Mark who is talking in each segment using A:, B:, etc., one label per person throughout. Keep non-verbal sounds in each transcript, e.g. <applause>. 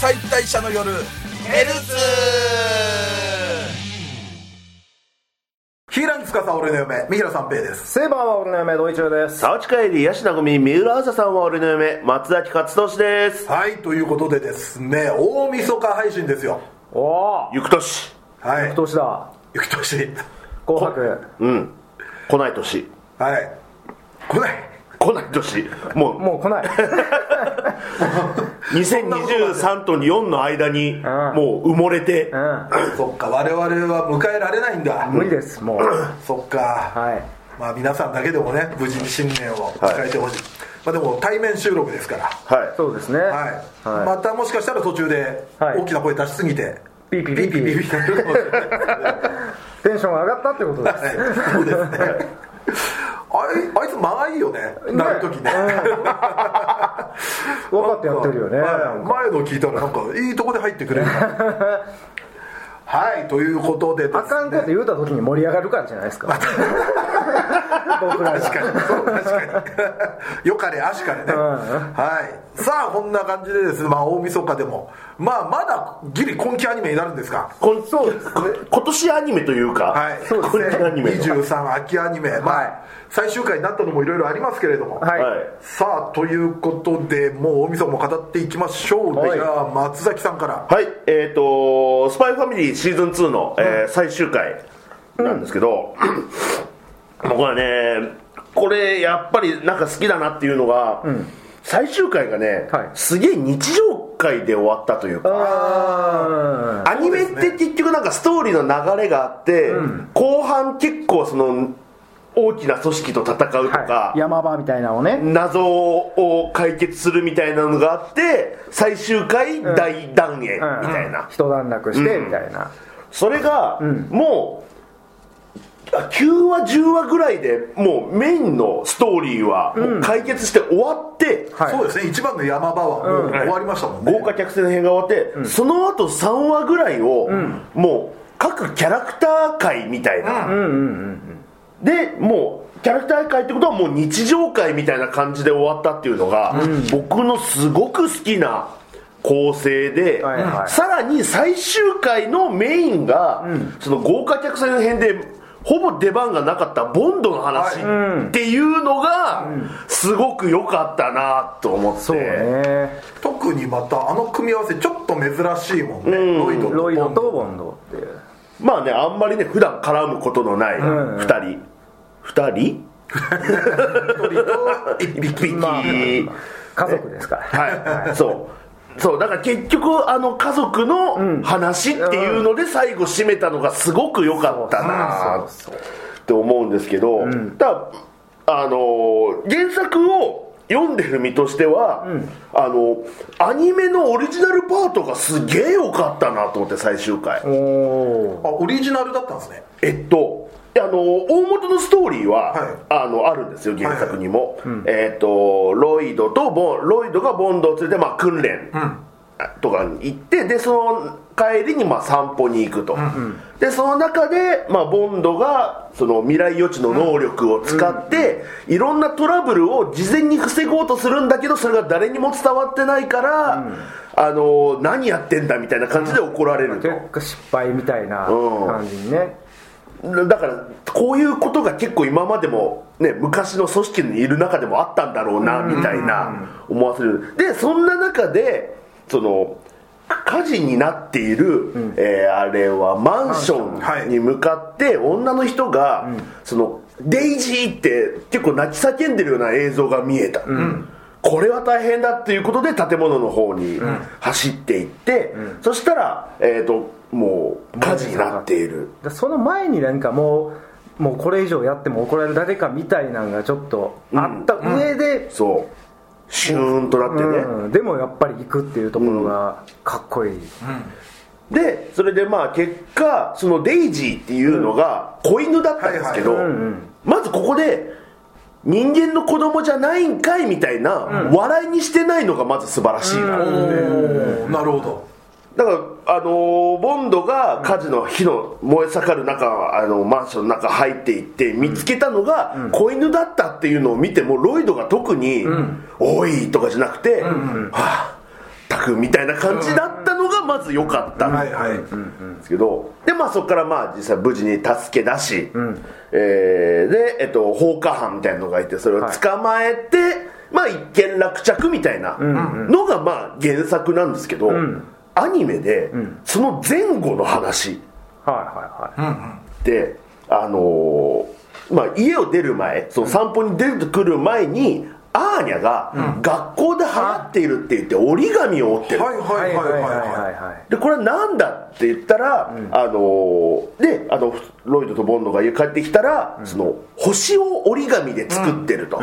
A: 解体者の夜ヘルツヒーラン司俺の嫁三浦三平です
B: セイバーは俺の嫁同一郎です
C: 沢地帰りヤシナゴミ三浦朝さんは俺の嫁松崎勝利です
A: はいということでですね大晦日配信ですよ
B: おお
C: ゆく年
A: はい
B: 年だ
A: ゆきとし
B: 紅白
C: うん来ない年
A: はい来ない
C: 来ない年もう
B: もう来ない
C: 2023と4の間にもう埋もれて
B: <laughs> う
A: そっか我々は迎えられないんだ
B: ん無理です <coughs> もう
A: そっか
B: はい
A: まあ皆さんだけでもね無事に新年を迎えてほしい、まあでも対面収録ですから
C: は
B: そうですね
A: はい、
B: はい
A: またもしかしたら途中で
B: はい
A: 大きな声出しすぎて、
B: ピーピーピーピー
A: ピーピーピーなるかもしれない
B: テンション上がったってことです
A: はいそうですねあいあいつ間がいいよねなるときね
B: 分かってやってるよね
A: はい前の聞いたらなんかいいとこで入ってく
B: <laughs>
A: れるなはいということでですね
B: あかんこと言うた時に盛り上がるからじゃないですか <laughs> 僕ら
A: 確か
B: が
A: にそう確かによかれあしかれね、
B: ん
A: はいさあこんな感じでですね、まあ、大晦日でもまあまだギリ今期アニメになるんですが
C: いこん今年アニメというか、
A: はいそう
B: ですね
C: 今年アニメの
A: 23秋アニメ、まあ
B: はい
A: 最終回になったのもいろいろありますけれども、
B: はい
C: はい
A: さあということでもう大晦日も語っていきましょう、
B: はい
A: じゃあ松崎さんから
C: はい、えっ、とスパイファミリーシーズン2の、えー最終回なんですけど、僕はね、これやっぱりなんか好きだなっていうのが、最終回がね、
B: はい
C: すげえ日常回で終わったというか。
B: あ
C: アニメって結局なんかストーリーの流れがあって、後半結構その大きな組織と戦うとか、
B: ー山場みたいなのをね
C: 謎を解決するみたいなのがあって最終回大団円み
B: うん
C: たいな、
B: 一段落して
C: うん
B: みたいな
C: それが、
B: ん
C: もう9話10話ぐらいでもうメインのストーリーはもう解決して終わって、
B: はい
A: そうですね一番の山場はもう終わりましたもんね、
C: 豪華客船編が終わって、その後3話ぐらいを、もう各キャラクター会みたいな、でもうキャラクター会ってことはもう日常会みたいな感じで終わったっていうのが、僕のすごく好きな構成で、
B: はいはい
C: さらに最終回のメインが、その豪華客船編でほぼ出番がなかったボンドの話っていうのがすごく良かったなと思って
B: そうね
A: 特にまたあの組み合わせちょっと珍しいもんね、ロイドと
B: ロイド
A: ボンド
B: とボンドっていう
C: まあねあんまりね普段絡むことのない
B: ん
C: 2人、2人1匹、
B: まあ家族ですから
C: はい、そうそうだから結局あの家族の話っていうので最後締めたのがすごく良かったな
B: そうそう
C: って思うんですけど、ただあのー原作を読んでる身としては、あのアニメのオリジナルパートがすげえ良かったなと思って最終回
B: そうおー
A: あオリジナルだったんですね
C: えっとあの大元のストーリーは、
A: は
C: あのあるんですよ原作にも、えっとロイドとボンロイドがボンドを連れて、まあ、訓練とかに行ってでその帰りにまあ散歩に行くと、でその中で、まあ、ボンドがその未来予知の能力を使って、いろんなトラブルを事前に防ごうとするんだけどそれが誰にも伝わってないから、あの何やってんだみたいな感じで怒られると、
B: 結構失敗みたいな
C: うん
B: 感じにね
C: だからこういうことが結構今までも、ね、昔の組織にいる中でもあったんだろうなみたいな思わせるでそんな中でその火事になっている、えーあれはマンシ
A: マンショ
C: ョ
A: ン
C: ンに向かって女の人が、そのデイジーって結構泣き叫んでるような映像が見えた、これは大変だっていうことで建物の方に走っていって、そしたら、えー、ともう火事になっている。
B: でその前になんかもうもうこれ以上やっても怒られるだけかみたいなのがちょっとあった上で、
C: そうシューンとなってね、
B: うんでもやっぱり行くっていうところがかっこいい、
C: でそれでまあ結果そのデイジーっていうのが子犬だったんですけど、
B: はいはいうんうん
C: まずここで人間の子供じゃないんかいみたいな、笑いにしてないのがまず素晴らしいな、
A: おーなるほど
C: だから、あのーボンドが火事の火の燃え盛る中あのマンションの中入っていって見つけたのが子犬だったっていうのを見てもロイドが特に「おい!」とかじゃなくて「はあたくみたいな感じだったず良かった
A: はいはい、
C: ですけどでまあそこからまあ実際無事に助け出し、えーで、えっと、放火犯みたいなのがいてそれを捕まえて、まあ一見落着みたいなのがまあ原作なんですけど、アニメでその前後の話
B: はいはい
C: であのーまあ、家を出る前その散歩に出てくる前に、アーニャが学校で払っているって言って折り紙を折ってる
A: はいはいはいはいはい
B: はい
C: でこれはなんだって言ったら、あのーであのロイドとボンドが家帰ってきたら、その星を折り紙で作ってると、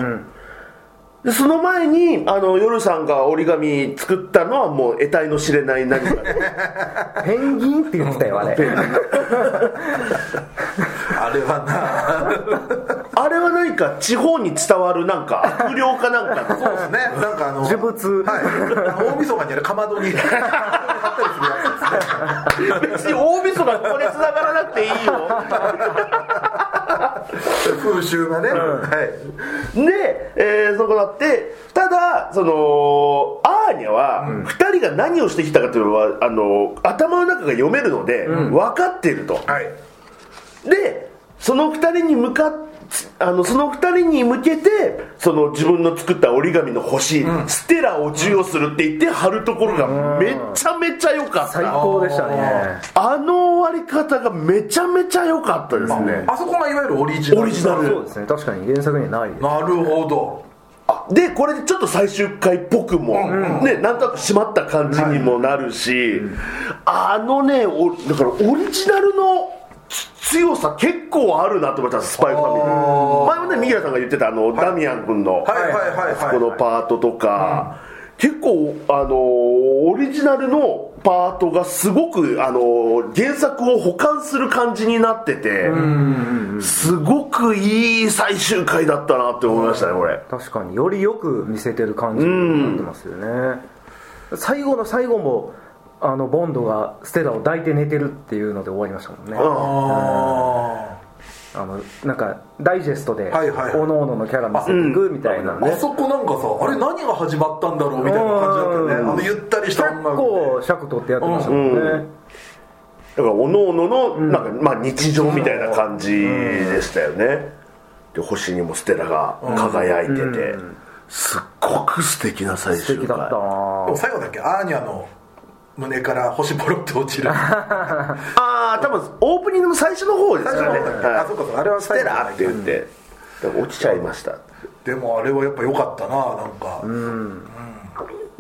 C: でその前にあの夜さんが折り紙作ったのはもう得体の知れない何かで
B: ペンギンって言ってたよ
A: <laughs>
B: あれ
A: あれはな
C: あれは何か地方に伝わるなんか悪霊かなんかの
A: そう <laughs> ですねなんかあの
B: 呪物
A: はいあの大晦日にあるかまどに貼ったりするやつですね
C: 別に大晦日ここれ繋がらなくていいよ
A: 風習がね、はい
C: で、えー、そこだってただそのアーニャは2人が何をしてきたかというのは、あの頭の中が読めるので、分かっていると
A: はい
C: でその2人に向かっあのその2人に向けてその自分の作った折り紙の星、ステラを授与するって言って貼るところがめちゃめちゃ良かった、
B: 最高でしたね
C: あの終わり方がめちゃめちゃ良かったですね、
A: あそこがいわゆるオリジナル
C: オリジナル
B: そうですね確かに原作にはないです
A: なるほど
C: でこれでちょっと最終回っぽくも、
A: うん
C: ね、なんとなく締まった感じにもなるし、あのねおだからオリジナルのつ強さ結構あるなと思ったんですスパイファミリー前もねミギラさんが言ってたあの、ダミアン君の、
A: はいはいはいはい
C: このパートとか、結構あのオリジナルのパートがすごくあの原作を補完する感じになっててすごくいい最終回だったなって思いましたねこれ。
B: 確かによりよく見せてる感じになってますよね、最後の最後もあのボンドがステラを抱いて寝てるっていうので終わりましたもんね
C: うん
A: あ
B: あのなんかダイジェストで
A: はいはい
B: おのおののキャラ見せていくみたいな
A: ー
B: ね、
A: あそこなんかさあれ何が始まったんだろうみたいな感じだったよねあ
B: うん
A: のゆったりし
B: 結
A: た音楽
B: 構尺取ってやってましたもんね、
C: だからおのおののなんか、まあ、日常みたいな感じでしたよね、で星にもステラが輝いてて、すっごく素敵な最
B: 素
C: 終
B: 敵
C: 回
B: だった
A: で
B: な
A: も最後だっけアーニャの胸から星ポロって落ちる
C: ああ多分オープニングの最初の方ですか
A: 最
C: ら
A: 初の方
C: ね
A: だっけ
C: はい
A: あそうかそうかあれは
C: ステ
A: 最後だ
C: ラって言って、だから落ちちゃいました
A: でもあれはやっぱ良かったななんか、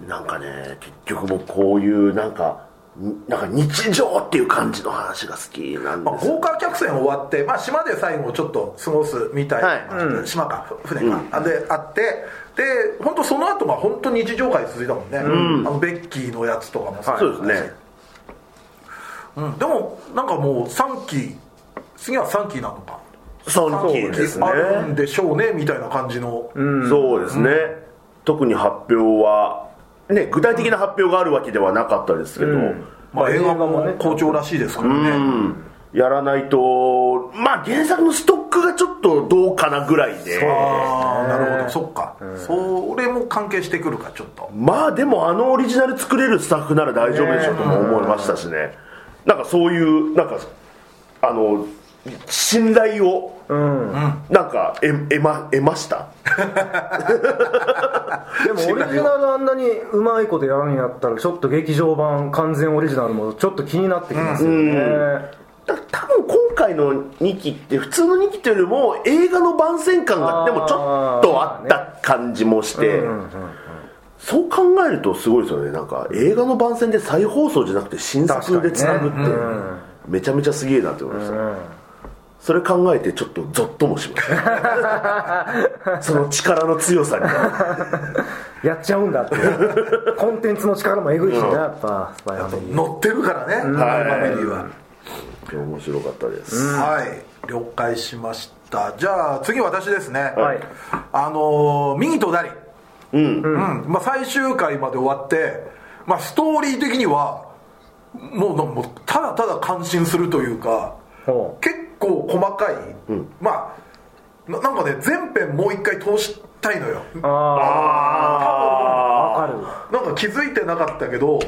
C: なんかね結局もうこういうなんかんなんか日常っていう感じの話が好きなん
A: まあ、
C: ですよ
A: 豪華客船終わって、まあ、島で最後ちょっと過ごすみたいな、
C: はい
A: 島かふ船か、あであってで本当その後が本当日常会続いたもんね、あのベッキーのやつとかもさ、
C: そうですね
A: うんでもなんかもう3期次は3期なのか
C: 3期ですね
A: あるんでしょうねみたいな感じの、
C: そうですね、特に発表は、ね、具体的な発表があるわけではなかったですけど、
A: まあ、映画
B: 映画も
A: も
B: ね
A: 好調らしいですからね、
C: うんやらないと、まあ、原作のストックがちょっとどうかなぐらいで、
A: ああなるほどそっか、それも関係してくるかちょっと
C: まあでも、あのオリジナル作れるスタッフなら大丈夫でしょうとも思いましたしね、なんかそういう、なんか、あの、信頼を、なんかえ得ま得ました。
B: でもオリジナルあんなにうまいことやるんやったらちょっと劇場版完全オリジナルもちょっと気になってきますよね、
C: だ多分今回の2期って普通の2期というよりも映画の番宣感
B: あ
C: が
B: ー
C: でもちょっとあった感じもしてそう考えるとすごいですよねなんか映画の番宣で再放送じゃなくて新作でつなぐってめちゃめちゃすげえなって思いました、それ考えてちょっとゾッともし
B: <laughs>
C: ましたその力の強さに
B: やっちゃうんだってコンテンツの力もえぐいしなやっぱスパイファミリー
A: 乗ってるからね、
C: はい
A: ファミリーは、
C: 面白かったです、
A: はい了解しましたじゃあ次私ですね
B: はい
A: あのー右と左うん、まあ、最終回まで終わって、まあ、ストーリー的にはもうなんかもうただただ感心するというか
B: ほう
A: 結構細かい、まあななんかね全編もう一回通したいのよ
B: ああ
C: あ
B: わ
C: あ
B: かる
A: なんか気づいてなかったけど、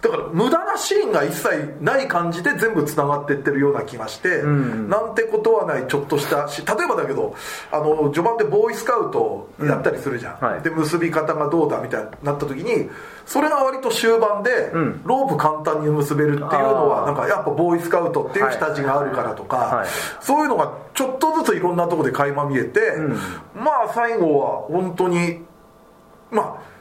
A: だから無駄なシーンが一切ない感じで全部つながっていってるような気がして、なんてことはないちょっとしたし例えばだけどあの序盤でボーイスカウトやったりするじゃん、
B: うんはい
A: で結び方がどうだみたいになった時にそれが割と終盤で、
B: ん
A: ロープ簡単に結べるっていうのは
B: あー
A: なんかやっぱボーイスカウトっていう下地があるからとか、
B: はい
A: そういうのがちょっとずついろんなところで垣間見えて、まあ最後は本当にまあ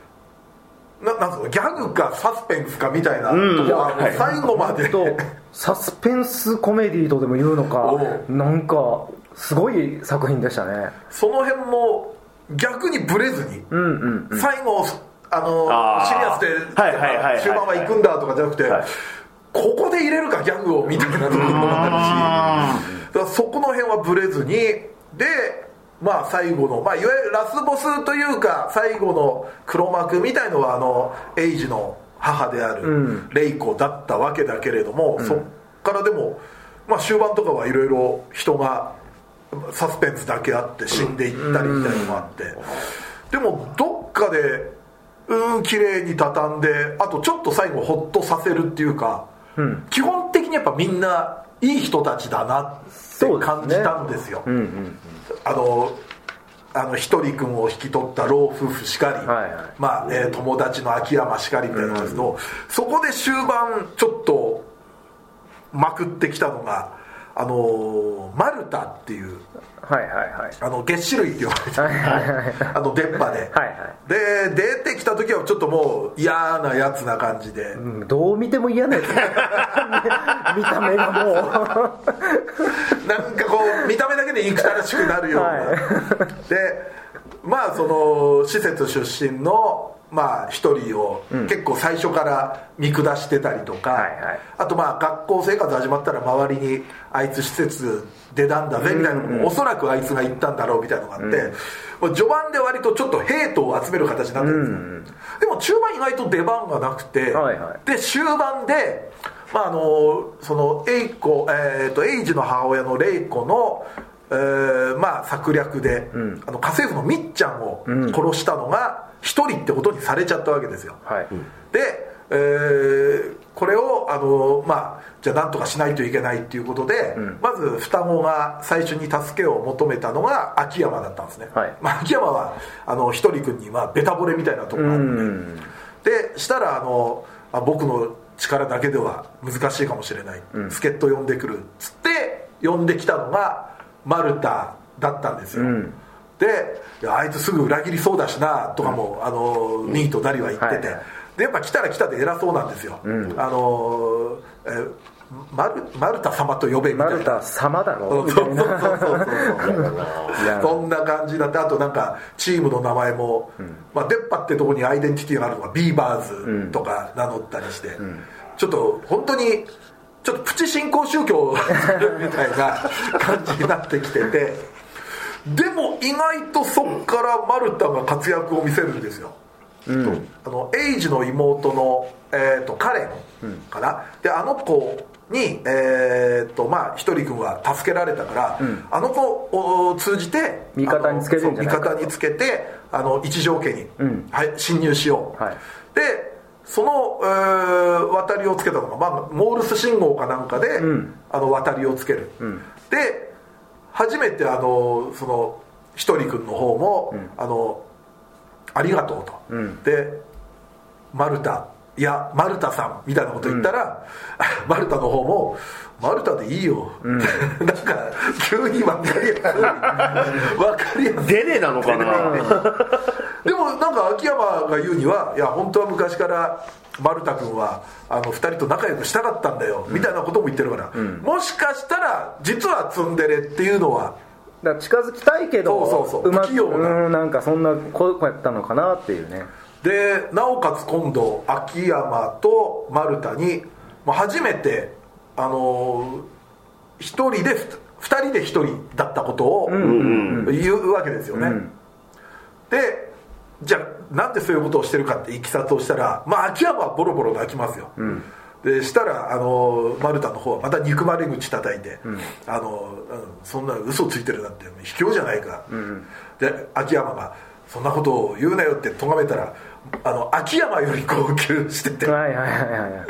A: ななんすかギャグかサスペンスかみたいなとこはもう最後まで、
B: とサスペンスコメディーとでも言うのか
A: おう
B: なんかすごい作品でしたね
A: その辺も逆にブレずに、
B: うんうん
A: 最後あの
C: あー
A: シリアスで、
C: はいはいはいはい
A: 終盤は行くんだとかじゃなくて、
C: はい
A: ここで入れるかギャグをみたいなところもあるしだからそこの辺はブレずにでまあ最後の、まあ、いわゆるラスボスというか最後の黒幕みたいのはあのエイジの母であるレイコだったわけだけれども、そっからでも、まあ、終盤とかはいろいろ人がサスペンスだけあって死んでいったりみたいのもあって、でもどっかでうん綺麗に畳んであとちょっと最後ホッとさせるっていうか、基本的にやっぱみんないい人たちだなって感じたんですよ
B: うんうん
A: あのあの一人君を引き取った老夫婦しかり、
B: はいはい
A: まあえー友達の秋山しかりみたいなんですけど、そこで終盤ちょっとまくってきたのがあのマルタっていう
B: はいはいはい
A: あの月種類って言われて
B: はいはいはい
A: あの出っ歯で、
B: は
A: で出てきた時はちょっともう嫌なやつな感じで、
B: うんどう見ても嫌なやつ <laughs> 見た目
A: <laughs>
B: がも
A: なんかこう見た目だけで憎たらしくなるような、
B: はい
A: でまあその施設出身のまあ一人を結構最初から見下してたりとか、
B: はいはい
A: あとまあ学校生活始まったら周りにあいつ施設出たんだぜみたいなのもおそらくあいつが言ったんだろうみたいなのがあって、まあ序盤で割とちょっとヘイトを集める形になってるんですよ、でも中盤意外と出番がなくて、
B: はいはい
A: で終盤で、まあ、あのそのエイコ、えー、とエイジの母親のレイコの、えーまあ、策略で、あの家政婦のみっちゃんを殺したのが一人ってことにされちゃったわけですよ、
B: うはい
A: で、えーこれをあの、まあ、じゃあなんとかしないといけないっていうことで、まず双子が最初に助けを求めたのが秋山だったんですね、
B: はい
A: まあ、秋山はあの一人君にはベタ惚れみたいなところがあるんで、でしたらあのあ僕の力だけでは難しいかもしれない、助っ人呼んでくるっつって呼んできたのがマルタだったんですよ、でいやあいつすぐ裏切りそうだしなとかも、あのミーとダリは言ってて、
B: はい
A: でやっぱ来たら来たで偉そうなんですよ、あのえーマルマルタ様と呼べみ <laughs> たい
B: マ
A: な
B: ルタ様だ
A: そ
B: ろ
A: う
B: み
A: そ
B: た
A: うそう
B: い
A: そうそう
B: ないや
A: <laughs> そんな感じだってあとなんかチームの名前も、まあ、出っ歯ってとこにアイデンティティがあるのがビーバーズとか名乗ったりして、ちょっと本当にちょっとプチ新興宗教を作るみたいな感じになってきててでも意外とそっからマルタが活躍を見せるんですよ、あのエイジの妹の、えー、とカレンかな、であの子に、えーとまあ、ひとり君は助けられたから、あの子を通じて
B: 味方につけるんじゃない
A: あの
B: か
A: そう味方につけてあの一条家に、はい、侵入しよう、
B: はい
A: でその、えー渡りをつけたのが、まあ、モールス信号かなんかで、あの渡りをつける、で初めてあのそのひとり君の方も、あのありがとうと、でマルタいやマルタさんみたいなこと言ったら、 <laughs> マルタの方も「マルタでいいよ」 <laughs> なんか急に分かりやすい分かりやすい
C: デレなのかな
A: でもなんか秋山が言うには「いや本当は昔から丸田君はあの2人と仲良くしたかったんだよ」みたいなことも言ってるから、もしかしたら実はツンデレっていうのは
B: だから近づきたいけど
A: そうそうそう
B: ま
A: 不器用な
B: うんなんかそんなこうやったのかなっていうね
A: でなおかつ今度秋山と丸太にまあ初めてあのー、1人でふ2人で1人だったことを言うわけですよね、でじゃあなんでそういうことをしてるかっていきさつをしたらまあ秋山はボロボロ泣きますよ、でしたらあのー丸太の方はまた憎まれ口叩いて、あのーうんそんな嘘ついてるなんて卑怯じゃないか、で秋山がそんなことを言うなよって咎めたらあの秋山より高級してて
B: はいはいはいはいはい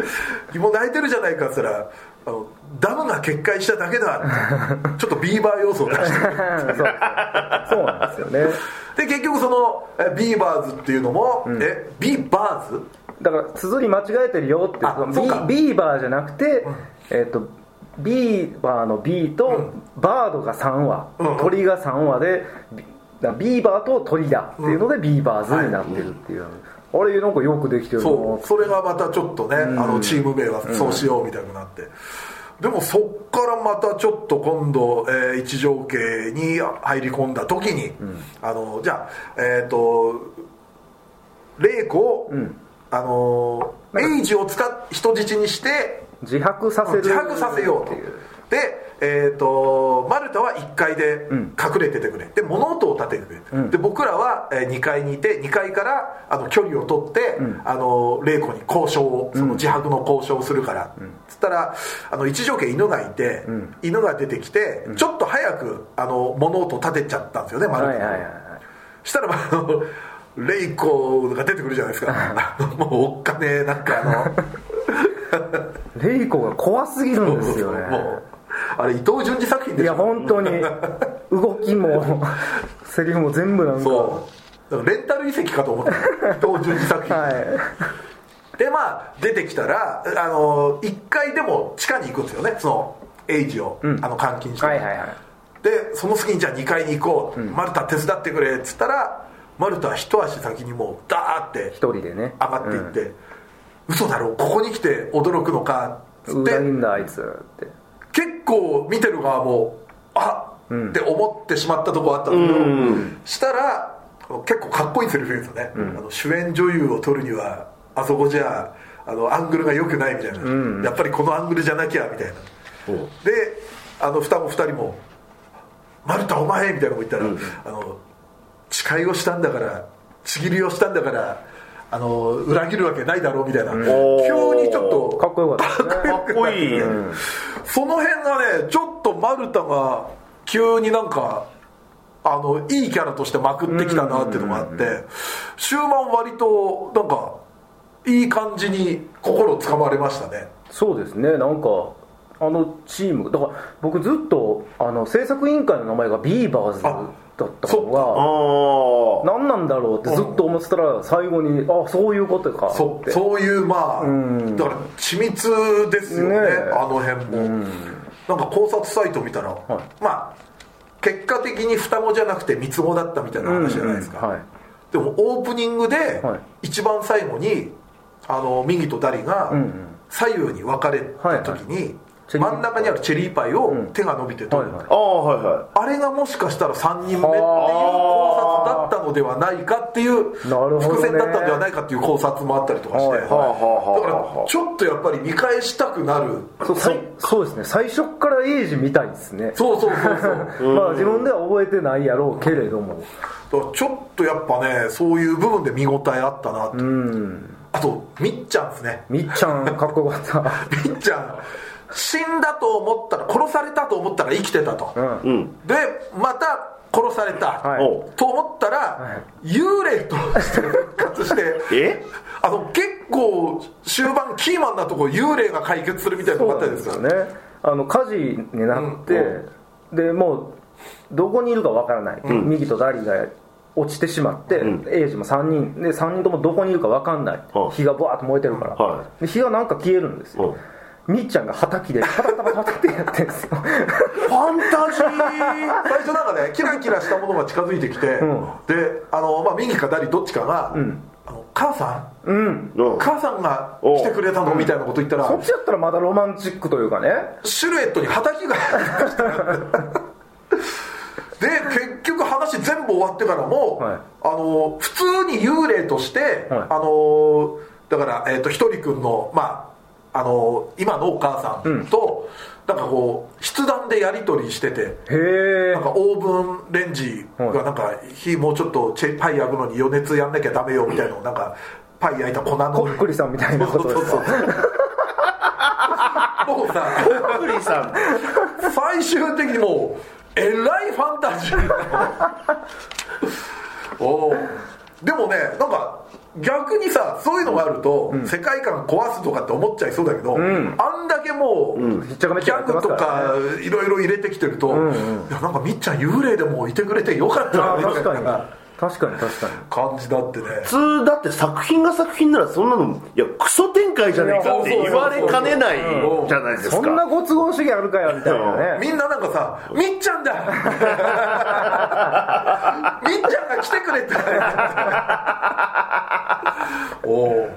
A: <laughs> 妹泣いてるじゃないかっつったらあのダムが決壊しただけ <laughs> だってちょっとビーバー要素を出して <laughs> くる
B: <laughs> そうそうなんですよね
A: で結局そのえビーバーズっていうのも、えビーバーズ
B: だから綴り間違えてるよって
A: あ
B: その
A: そうか
B: ビビーバーじゃなくて、えっ、とビーバーの B と、バードが3羽、
A: うん
B: 鳥が3羽でビだからビーバーと鳥だっていうので、ビーバーズになってるっていう、あれなんかよくできてるな
A: そうそれがまたちょっとね、あのチーム名はそうしようみたいになって、でもそっからまたちょっと今度、えー一条家に入り込んだ時に、あのじゃあえっ、と玲子を、あのエイジを使っ人質にして
B: 自白させる
A: 自白させようと
B: っていう
A: でえー、とマルタは1階で
B: ん
A: 隠れててくれ、で物音を立ててくれ、
B: ん
A: で僕らは2階にいて2階からあの距離を取って、あの玲子に交渉をその自白の交渉をするから、つったらあの一条家犬がいて、犬が出てきて、ちょっと早くあの物音を立てちゃったんですよねマルタ
B: は
A: が
B: いはいはいはい
A: したらあのレイコが出てくるじゃないです
B: <laughs>
A: かあのもうおっかねえなんかあの
B: レイコが怖すぎるんですよね
A: <laughs> もうあれ伊藤潤二作品で
B: い
A: し
B: や
A: ょ
B: 本当に動きもセリフも全部なんか
A: <laughs> そうだからレンタル遺跡かと
B: <laughs>
A: 思った伊藤潤二作品、
B: はい
A: でまあ出てきたらあの1階でも地下に行くんですよねそのエイジを、あの監禁して、
B: はいはいはい
A: でその隙にじゃあ2階に行こう、マルタ手伝ってくれっつったらマルタは一足先にもうダーって
B: 一人でね
A: 上がっていって、嘘だろここに来て驚くのかっつ
B: う
A: っ
B: ん裏
A: て
B: 切んだあいつって
A: 結構見てる側もあっ、って思ってしまったとこあったんですけど、したら結構かっこいいセリフ言うんですよね、あの主演女優を撮るにはあそこじゃあのアングルが良くないみたいな、やっぱりこのアングルじゃなきゃみたいなであの双子2人も「マルタお前!」みたいなこと言ったら、あの誓いをしたんだからちぎりをしたんだからあの裏切るわけないだろうみたいな、急にちょっと
B: かっこよかったですね
C: かっこいい、
A: その辺がねちょっとマルタが急になんかあのいいキャラとしてまくってきたなっていうのがあって終盤割となんかいい感じに心をつかまれましたね
B: そうですねなんかあのチームだから僕ずっとあの制作委員会の名前がビーバーズだったのが
C: あ
B: 何なんだろうってずっと思ってたら最後にあそういうことか
A: そ
B: って
A: そういうまあ、だから緻密ですよね
B: ねえ
A: あの辺も、なんか考察サイト見たら、まあ結果的に双子じゃなくて三つ子だったみたいな話じゃないですか、
B: うんうんはい
A: でもオープニングで
B: はい
A: 一番最後にあの右とダリが
B: んうん
A: 左右に分かれた時に
B: チェリー
A: 真ん中にあるチェリーパイを手が伸びて取る、
B: はいはい
C: あああはいは
A: あれがもしかしたら3人目っていう考察だったのではないかっていう
B: なるほどね
A: 伏線だったのではないかっていう考察もあったりとかして、
B: はい
C: いはあは
A: だ
C: あはあ
A: か
C: は
A: らちょっとやっぱり見返したくなる
B: そうさいそうですね最初からエイジみたいですね
A: そうそう
B: <laughs>
A: そうそう
B: まあ自分では覚えてないやろうけれども
A: だからちょっとやっぱねそういう部分で見応えあったなとあとみっちゃんですね
B: みっちゃんかっこよかった
A: み <laughs> っちゃん死んだと思ったら殺されたと思ったら生きてたと、
B: うん
C: うん
A: でまた殺された、
B: はい
C: お
A: と思ったら、幽霊として復活して
C: <laughs> え
A: あの結構終盤キーマンなとこ幽霊が解決するみたいなのがあったじゃないですか
B: ねあの火事になって、でもうどこにいるかわからない、右と左が落ちてしまって、エイジも3人で3人ともどこにいるかわかんない、
C: うん
B: 火がブワーッと燃えてるから、
C: は
B: で火がなんか消えるんですよ、みっちゃんがはたきでパタパタパタってやってるん
A: <laughs>
B: ですよ
A: ファンタジー
B: <laughs>
A: 最初なんかねキラキラしたものが近づいてきて、
B: ん
A: であの、まあ、ミニかダリどっちかが「あの母さん、
C: うん
A: 母さんが来てくれたの?」みたいなこと言ったら、
B: そっちやったらまだロマンチックというかね
A: シルエットに畑がで結局話全部終わってからも、
B: はい
A: あの普通に幽霊として、
B: はい
A: あのだから、えー、とひとりくんの,、まあ、あの今のお母さんと、なんかこう筆談でやり取りしてて。
B: へえ
A: なんかオーブンレンジがなんか火もうちょっとチェパイ焼くのに余熱やんなきゃダメよみたいなのをなんかパイ焼いた粉の
B: こっくりさんみたいなことですか
A: そうそうそう <laughs> そうもうさ
C: クリさん
B: <laughs>
A: 最終的にもうえらいファンタジーのおーでもねなんか逆にさそういうのがあると、世界観壊すとかって思っちゃいそうだけど、あんだけもう、
B: ひっちゃかめっ
A: ギ
B: ちゃや
A: ャ
B: って
A: グ
B: ます
A: と
B: から
A: かいろいろ入れてきてると、いやなんかみっちゃん幽霊でもいてくれてよかった
B: あ
A: な
B: あ
A: みたい
B: 確かに
A: な
B: 確かに確かに
A: 感じだってね
C: 普通だって作品が作品ならそんなのいやクソ展開じゃねえかって言われかねないじゃないですか
B: そんなご都合主義あるかよみたいなね
A: みんななんかさ「みっちゃん
B: <laughs>
A: だ! 」みっちゃんが来てくれたおう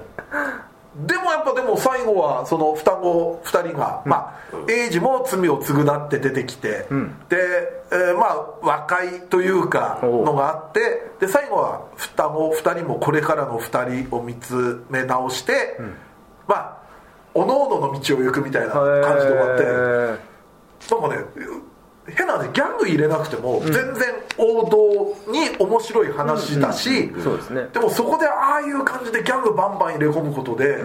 A: でもやっぱでも最後はその双子2人が、まあ英二も罪を償って出てきて、で、えーまあ和解というか
B: おう
A: のがあってで最後は双子2人もこれからの2人を見つめ直して、まあおのおのの道を行くみたいな感じで終わって。
B: へ
A: なんかね変なねギャグ入れなくても全然王道に面白い話だし、
B: んそうですね
A: でもそこでああいう感じでギャグバンバン入れ込むことで、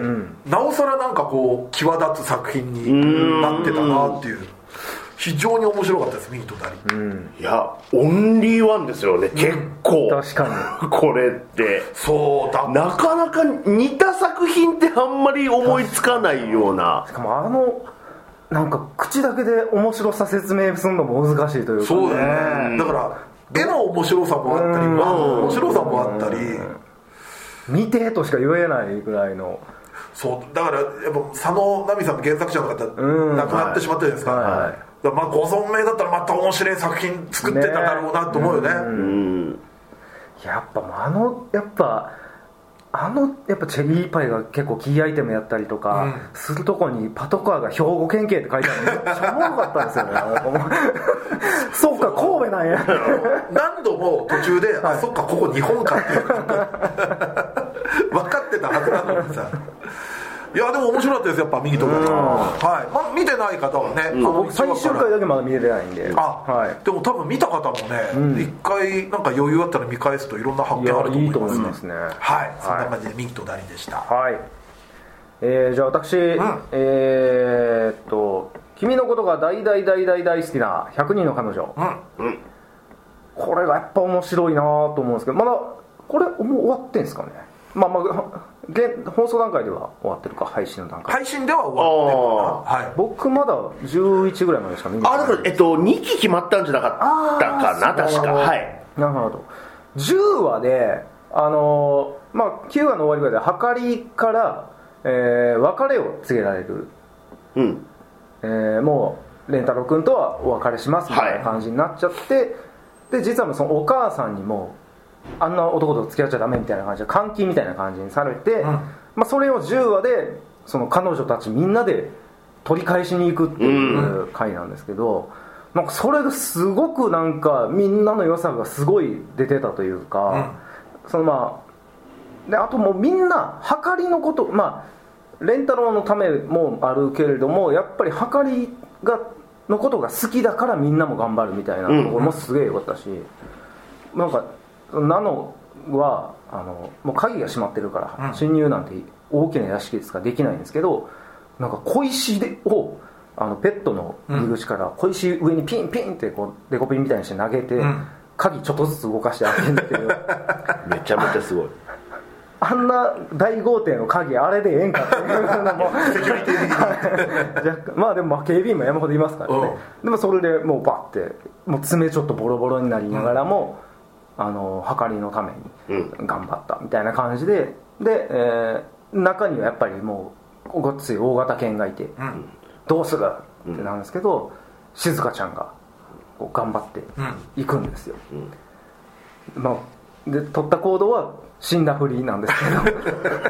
A: なおさらなんかこう際立つ作品になってたなっていう非常に面白かったですミートなり、
C: いやオンリーワンですよね結構
B: 確か
C: <laughs> これって
A: そうだ
C: なかなか似た作品ってあんまり思いつかないような
B: しかもあのなんか口だけで面白さ説明するのも難しいというか
A: そうだよねだから絵の面白さもあったり
B: うん
A: 和の面白さもあったり
B: 見てとしか言えないぐらいの
A: そうだからやっぱ佐野奈美さんの原作者の
B: う
A: 方
B: ん
A: 亡くなってしまったじゃないですか、
B: はい
A: だからまあご存命だったらまた面白い作品作ってただろうなと思うよね
C: うん
B: やっぱもうあのやっぱあのやっぱチェリーパイが結構キーアイテムやったりとかするとこにパトカーが兵庫県警って書いてあるのめっちゃおもろかったんですよねなんかも
A: <laughs>
B: うそっか神戸なんや
A: 何度も途中で、あそっかここ日本かっていう分かってたはずなのにさいやでも面白かったですやっぱ右と左はい、まあ、見てない方はね、あの
B: 僕最終回だけまだ見れてないんで
A: あ、
B: はい
A: でも多分見た方もね一、回なんか余裕あったら見返すといろんな発見あると思います、ね、
B: いやいいと思いますね
A: はいそんな感じで右と左でした、
B: はい、えーじゃあ私、えーっと「君のことが大大大大大好きな100人の彼女」これがやっぱ面白いなと思うんですけどまだこれもう終わってんですかねまあまあは現放送段階では終わってるか配信の段階、
A: 配信では終わってるかなはい
B: 僕まだ11ぐらいまでしか見てない
C: あだからえっと2期決まったんじゃなかったかな確かはい
B: なるほど10話であのーまあ9話の終わりぐらいではかりから、えー別れを告げられる
C: うん
B: えーもう蓮太郎君とはお別れしますみたいな感じになっちゃって、で実はもうそのお母さんにもあんな男と付き合っちゃダメみたいな感じで監禁みたいな感じにされて、まあ、それを10話でその彼女たちみんなで取り返しに行くっていう回なんですけど、なんかそれがすごくなんかみんなの良さがすごい出てたというか、そのまあであともうみんなはかりのことまあレンタロウのためもあるけれどもやっぱりはかりがのことが好きだからみんなも頑張るみたいなところもすげえ良かったし、なんかナノはあのもう鍵が閉まってるから、侵入なんて大きな屋敷ですからできないんですけどなんか小石でをあのペットの入り口から小石上にピンピンってこうデコピンみたいにして投げて、
A: ん
B: 鍵ちょっとずつ動かして開けるっていう。
C: めちゃめちゃす
B: <laughs>
C: ごい
B: あんな大豪邸の鍵あれでええんかっていうのも若干まあでもまあ警備員も山ほどいますからね、でもそれでもうバッてもう爪ちょっとボロボロになりながらも、あのはかりのために頑張ったみたいな感じでで、えー中にはやっぱりもうごっつい大型犬がいて、どうするってなんですけど、静香ちゃんがこう頑張っていくんですよ、まあ、で取った行動は死んだふりなんです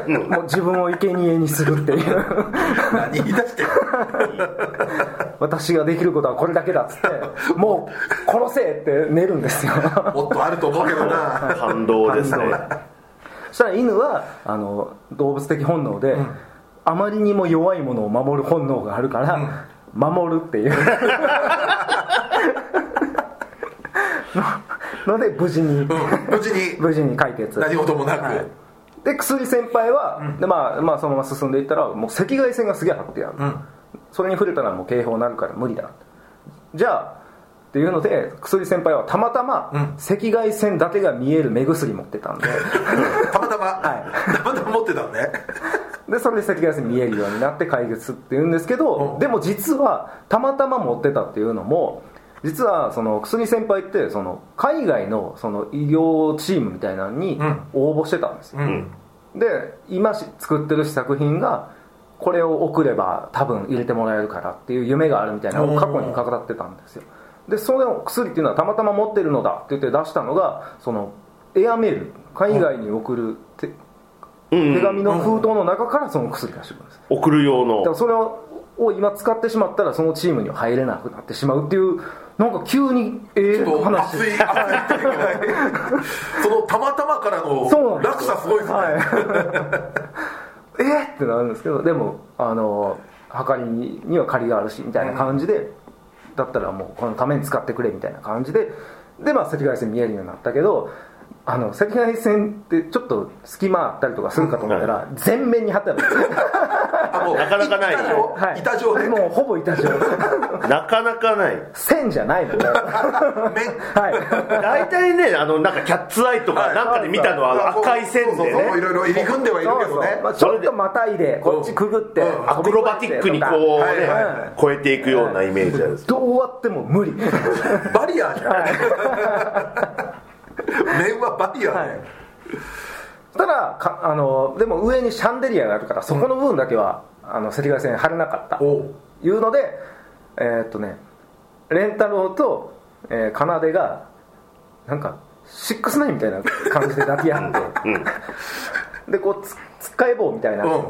B: けど <laughs> もう自分を生贄にするっていう
A: 何言い出してる
B: 私ができることはこれだけだっつってもう殺せって寝るんですよ
A: もっとあると思うけどな
C: 感動ですね
B: そしたら犬はあの動物的本能で、あまりにも弱いものを守る本能があるから、守るっていうのので無事に
A: うん無事に
B: 無事に解決
A: 何事もなく、
B: で薬先輩は、でまあまあ、そのまま進んでいったらもう赤外線がすげえ張ってある、それに触れたらもう警報になるから無理だじゃあっていうので薬先輩はたまたま赤外線だけが見える目薬持ってたんで
A: たまたま、
B: はい
A: たまたま持ってたんね
B: でそれで赤外線見えるようになって解決っていうんですけど、
A: うん
B: でも実はたまたま持ってたっていうのも実はその薬先輩ってその海外のその医療チームみたいなのに
A: うん
B: 応募してたんですよ、
A: うん
B: で今し作ってる試作品がこれを送れば多分入れてもらえるからっていう夢があるみたいなのを過去に語ってたんですよでその薬っていうのはたまたま持ってるのだって言って出したのがそのエアメール海外に送るて
C: うん
B: 手 <laughs> 紙の封筒の中からその薬がしてくるんです
C: 送る
B: だ
C: 用
B: <laughs> から
C: の
B: それをを今使ってしまったらそのチームには入れなくなってしまうっていうなんか急にえ
A: ち
B: え
A: ょっと熱
B: 話
A: い熱い展開そのたまたまから
B: そう
A: の
B: なんで
A: 落
B: す
A: 差すごいですね、
B: はい、 <laughs> えっってなるんですけどでもあの計りにには借りがあるしみたいな感じで、だったらもうこのために使ってくれみたいな感じででまあ赤外線見えるようになったけどあの赤外線ってちょっと隙間あったりとかするかと思ったら、全面に貼ってあるんですよ
A: あもう
C: なかなかない
A: 板状、
B: はい
A: 板状で
B: もうほぼ板状
C: なかなかない
B: 線じゃない
A: <laughs>
B: ので
A: 面
B: はい
C: 大体ねあのなんかキャッツアイと
A: は
C: か
A: い
C: なんかで見たのは赤い線
A: そう
C: で
A: そうそうい
C: ね
A: ろいろ入り組んではいるけどね
B: そうそうまあ、ちょっとまたいでこっちくぐって、
A: うんうん
C: アクロバティックにこうね、
A: はいはい
B: は
C: 超えていくようなイメージあるんです
B: どうあっても
A: <laughs>
B: 無理
A: バリアーじゃん、面はバリアーね、
B: ただかあのでも上にシャンデリアがあるからそこの部分だけは、あの赤外線貼れなかった
A: おう
B: いうのでえーっとねレンタロウと、えー、奏がなんか69みたいな感じで抱き合って、でこうつつっかえ棒みたいな、
A: うんうん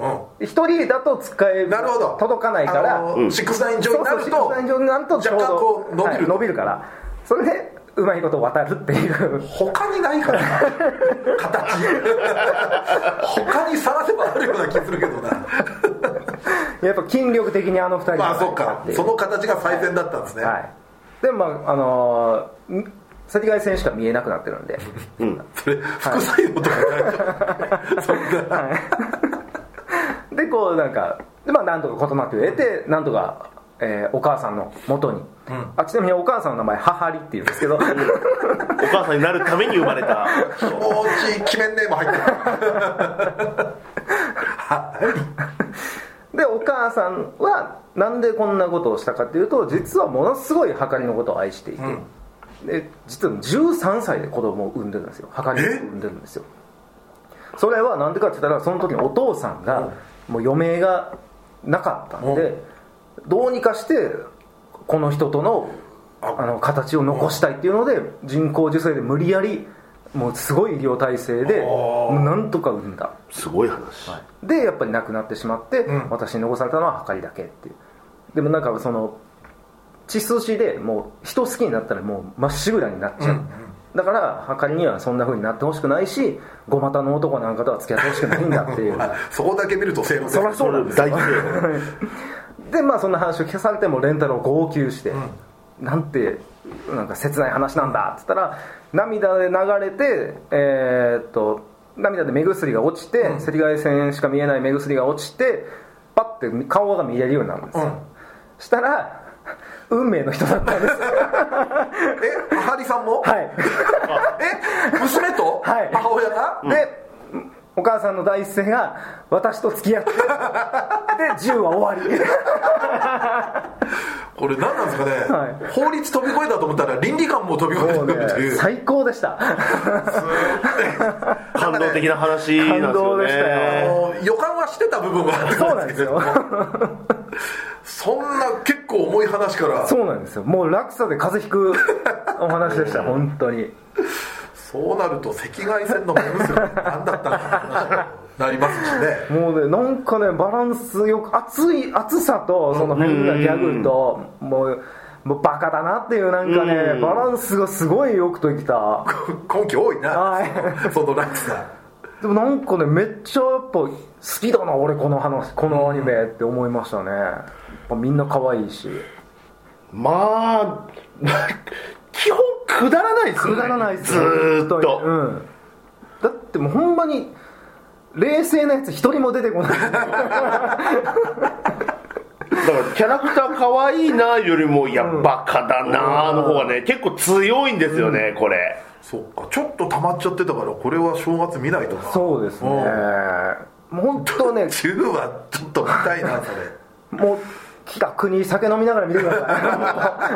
B: 一人だとつっかえ棒
A: なるほど
B: 届かないから、
A: あのーシックスナイン上になると
B: そうそう69上になるとちょうど
A: 若干こう伸びる
B: はい伸びるからそれでうまいこと渡るっていう <laughs>
A: 他にないからな形他に探せばあるような気するけどな
B: やっぱ筋力的にあの二人が
A: まあそっ
B: 勝
A: か
B: っていう
A: その形が最善だったんですね、
B: はい、でまああのーん赤外線しか見えなくなってるんで <laughs>
A: それ副作用とかないそんな
B: でこうなんかでまあなんとか事なく得てなんとか、えーお母さんの元に、あちなみにお母さんの名前ははりっていうんです
A: <laughs>
B: けど
C: お母さんになるために生まれた
A: 気持ちいい決めんねも入ってる
B: でお母さんはなんでこんなことをしたかっていうと実はものすごいはかりのことを愛していて、で実は13歳で子供を産んでるんですよはかりを産んでるんですよそれはなんでかって言ったらその時にお父さんがもう余命がなかったんでどうにかしてこの人との
A: あ
B: あの形を残したいっていうので人工授精で無理やりもうすごい医療体制で
A: あー
B: なんとか産んだ
C: すごい話、
B: でやっぱり亡くなってしまって、
A: ん
B: 私に残されたのははかりだけっていうでもなんかその血筋でもう人好きになったらもうまっしぐらになっちゃう、だからはかりにはそんな風になってほしくないし五股の男なんかとは付き合ってほしくないんだって <laughs> いう
A: そこだけ見ると性能
B: そりゃそうなんですよ
C: 大事だ
B: でまあそんな話を聞かされてもレンタルを号泣して、なんてなんか切ない話なんだっつったら涙で流れてえーっと涙で目薬が落ちて、赤外線しか見えない目薬が落ちてパッて顔が見えるようになるんですよ、したら運命の人だったんです <laughs>
A: えハリさんも、
B: はい
A: え娘と、
B: はい
A: 母親が、
B: で、お母さんの第一声が私と付き合ってで10は終わり
A: これ何なんですかね、
B: は
A: 法律飛び越えたと思ったら倫理観も飛び越えて
B: もう
A: くると
B: ね
A: いう
B: 最高で <laughs> した
C: 感動的な話なんですよね
B: 感動でした
A: あ
B: よ
A: の予感はしてた部分はあ
B: そう
A: る
B: なん
A: んで
B: ですす
A: けど
B: よ
A: そんな結構重い話からそ
B: <laughs> そうなんですよもう落差で風邪ひくお話でした本当に
A: うなると赤外線の目薬って何だったのかって話になりますしね
B: もうねなんかねバランスよく熱い熱さとその変なギャグともうもうバカだなっていうなんか
C: う
B: ね
C: ん
B: バランスがすごいよくできた
A: 根拠多いな、
B: はい
A: その落差
B: <laughs> でもなんかねめっちゃやっぱ好きだな俺この話このアニメって思いましたねやっぱみんな可愛いし
C: まあ基本くだらないです
B: く
C: よね
B: だらないです
C: ずーっと、
B: うん、だってもうほんまに
C: <laughs>
B: 冷静なやつ一人も出てこない
C: だかからキャラクター可愛いなよりもいや、バカだなの方がね結構強いんですよね、これ
A: そっかちょっと溜まっちゃってたからこれは正月見ないとな
B: そうですねもう本当ね
A: 中はちょっと見たいなそれ
B: もう気楽に酒飲みながら見てくださ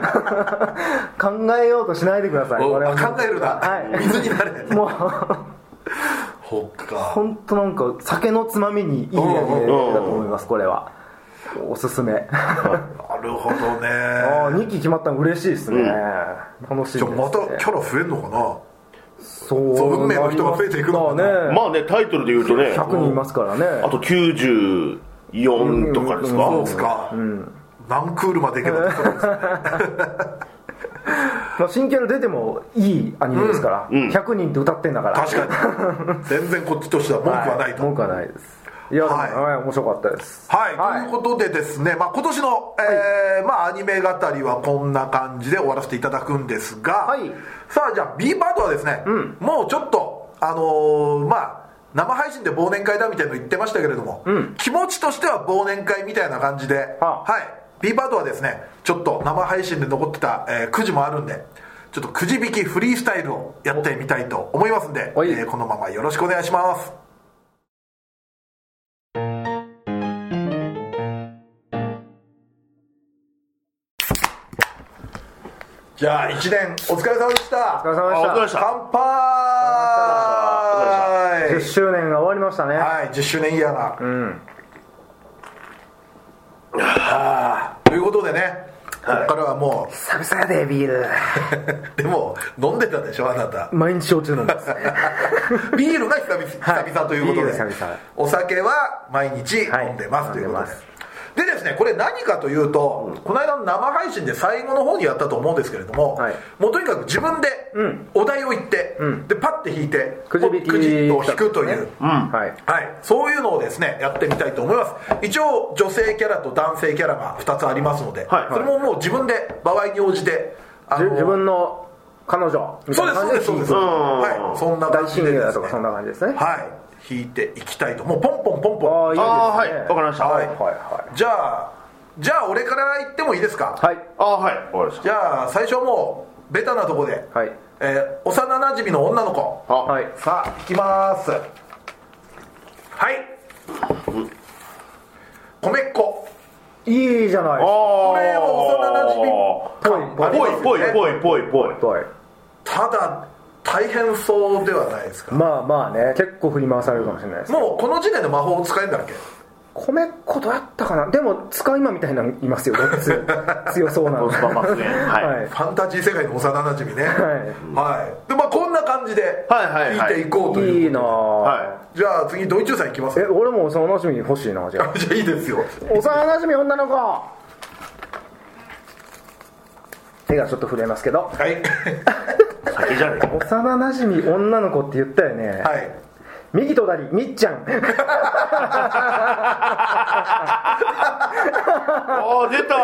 C: <laughs>
B: い考えようとしないでください
A: お
B: これはも
A: 考
B: う
A: えるな、
B: はい
A: 水になれ
B: もう
A: ほっか
B: 本当なんか酒のつまみにいいアニメだと思いますこれはおすすめあ
A: なるほどね
B: あ2期決まったの嬉しいですね、
C: うん
B: 楽しみです、
A: じゃあ
B: ね、
A: またキャラ増えんのかな
B: そう
A: そう運命の人が増えていくのかな
B: まあね、
C: まあねタイトルで言うとね
B: 100人いますからね
C: あと94とかですか、
A: そうっすか、何クールまでいけばとこですね
B: まあ、新キャラ出てもいいアニメですから、
C: うんうん
B: 100人って歌ってんだから
A: 確か
B: <laughs>
A: に全然こっちとしては文句はないと、
B: 文句はないですいや、
A: はい
B: はい、面白かったです
A: はい、
B: はい
A: ということでですね、まあ、今年の、えーまあ、アニメ語りはこんな感じで終わらせていただくんですが、
B: はい
A: さあじゃあ B パートはですね、
B: ん
A: もうちょっとあのーまあ生配信で忘年会だみたいなの言ってましたけれども、
B: ん
A: 気持ちとしては忘年会みたいな感じで、は
B: あ
A: い B パートはですねちょっと生配信で残ってた、えーくじもあるんでちょっとくじ引きフリースタイルをやってみたいと思いますんで、え
B: はい
A: ーこのままよろしくお願いしますじゃあ1年お疲れ様でした
B: お疲れ様でし
C: あお疲れ様
B: た
C: でし
A: 乾杯
B: 10周年が終わりましたね、
A: はい10周年イヤーが、
B: うん
A: ということでね、ここからはも
B: 久々やでビール
A: う <laughs> でも飲んでたでしょあなた
B: 毎日焼酎飲ん
A: <laughs>
B: でます
A: ビールが久々久々ということで、
B: ビール久々
A: お酒は毎日飲んでます、
B: はい
A: ということ
B: 飲んでます
A: ででですねこれ何かというと、この間の生配信で最後の方にやったと思うんですけれども、
B: はい
A: もうとにかく自分で
B: うん
A: お題を言って、
B: うん
A: でパッて引いて
B: くじ引き
A: くじを引くという、
B: ねはい
A: はい、そういうのをですねやってみたいと思います一応女性キャラと男性キャラが2つありますので、
C: はい
A: それももう自分で場合に応じてあ
B: じゅ自分の彼女みた
A: そ
B: いう
A: で
B: な
A: すそうで
B: 感じ
A: すそ
B: で
A: うです
C: うん
A: はいそんな感
B: 大
A: じ
B: 親
A: で
B: 友
A: で
B: だ
A: す
B: と
A: ね
B: かそんな感じですね
A: はい引いていきたいともうポンポンポンポン
B: あ
C: あ
B: あ
C: はい
B: いいですね
C: わかりました
A: はい
B: はいはい
A: じゃあじゃあ俺から言ってもいいですか、
B: はい
C: ああはいわかりまし
A: じゃあ最初はもうベタなとこで、
B: はい
A: えー幼なじみの女の子
C: たあ
B: はい
A: さあ行きますはい米っ子
B: いいじゃないです
C: こ
A: れは幼
B: 馴染み
C: ぽいぽいぽいぽいぽい
B: かはい
A: ただ大変そうではないですか、
B: まあまあね結構振り回されるかもしれないです
A: もうこの時点で魔法を使えんだっけ
B: 米っ子どうやったかなでも使い魔みたいなのいますよごっつい強そうなの
C: ババスねはい
A: ファンタジー世界の幼なじみねはい、でまあこんな感じで
C: はいはいはい
A: 聞いていこうと
B: い、い
A: いう、
B: なぁ、
C: は
A: じゃあ次ドイツさんいきます
B: え俺も幼馴染に欲しいな
A: <laughs>
B: じゃあ
A: じゃあいいですよ
B: 幼馴染女の子手がちょっと震えますけど
A: はい <laughs>
C: い先じゃねえ
B: 幼馴染女の子って言ったよね、
A: はい
B: 右と左みっちゃん
C: ああ出た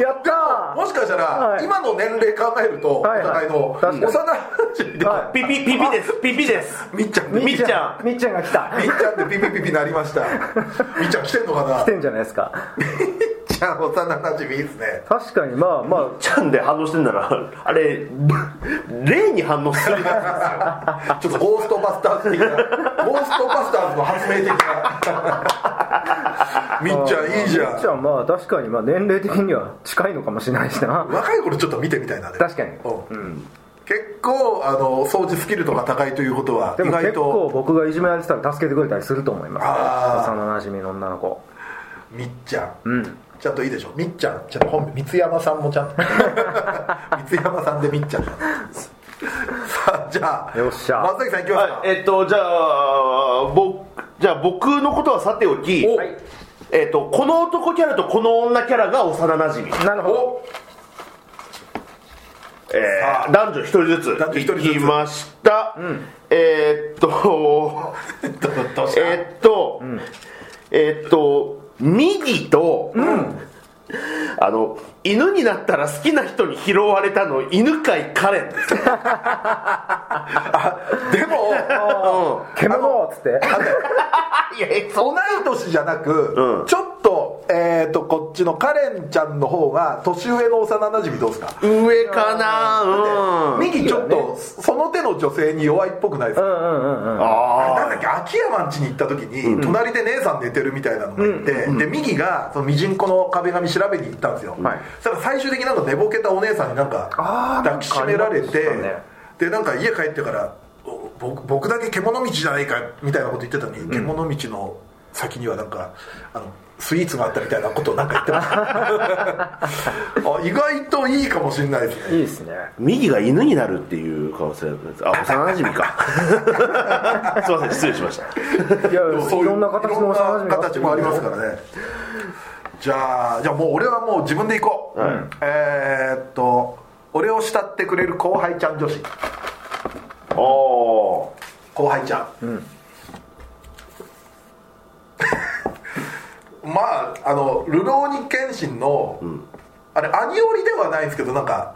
B: やったー
A: もしかしたら、
B: はい
A: 今の年齢考えると、
B: はいは
A: お互
B: い
A: いの幼
B: 確
A: なじみで、
B: は
C: ピピピピですピピです
A: みっちゃんで
C: みっちゃん
B: みっちゃんが来た
A: みっちゃんでピピピピなりま <laughs> したみっちゃん来てんのかな
B: 来てんじゃないですか
A: みっちゃん幼なじみいいですね
B: 確かにまあまあ
C: ちゃんで反応してんならあれ霊に反応する
A: ちょっとゴーストバスターズ <laughs> 的なゴーストバスターズの発 <laughs> 明的なみっちゃんいいじゃ
B: みっち
A: ん
B: ゃんまあ確かにまあ年齢的には近いのかもしれないしな
A: <laughs> 若い頃ちょっと見てみたいなで
B: 確かに
A: うん結構あの掃除スキル度が高いということは
B: で
A: 意
B: も
A: 外
B: 結構
A: と
B: 僕がいじめられてたら助けてくれたりすると思いま
A: あ
B: す幼なじみの女の子
A: みっちゃん、
B: うん
A: ちゃんといいでしょみっちゃんちゃんと本名三山さんも
B: <laughs>
A: ちゃんと三山さんでみっちゃんさあじゃあ
B: よっしゃ
A: 松崎さんいきますか、
C: はいえっとじゃあ僕じゃあ僕のことはさておき
A: お
B: はい
C: えっとこの男キャラとこの女キャラが幼馴染み
B: なるほど
A: お
C: え
A: さあ
C: ー男女一人ずつ
A: 男女一人ずつ
C: いきました、えーっと
A: ど <laughs> どうした、
C: えーっと、えーっと右と、あの犬になったら好きな人に拾われたの犬飼カレンです
A: でも
B: 獣っつって
C: いや
A: 同い年じゃなく、
C: ん
A: ちょっとえっ、とこっちのカレンちゃんの方が年上の幼なじみどうですか
C: 上かなうん
A: 右ちょっとその手の女性に弱いっぽくないです
B: う
A: か、
B: んうんうんうん
C: あ
A: なんだっけ秋山ん家に行った時に、隣で姉さん寝てるみたいなのがいて、で右がそのミジンコの壁紙調べに行ったんですよ、
B: はい
A: そしたら最終的になんか寝ぼけたお姉さんになんか
B: あー
A: 抱きしめられて
B: なんかありましたね
A: でなんか家帰ってからお僕僕だけ獣道じゃないかみたいなこと言ってたのに、獣道の先にはなんかあのスイーツがあったみたいなことをなんか言ってましたあ意外といいかもしれないですね
B: いいですね
C: 右が犬になるっていう可能性あ幼馴染
A: <laughs>
C: か <laughs> すいません失礼しました
B: いや
A: でもそう
B: いろんな形の
A: いろ
B: 幼
A: ん
B: 馴染
A: な
B: が
A: 形もありますからねじゃあじゃあもう俺はもう自分で行こう、えーっと俺を慕ってくれる後輩ちゃん女子
C: おお
A: 後輩ちゃん、 <laughs> まああの「ルローニケンシンの」あれアニオリではないんですけどなんか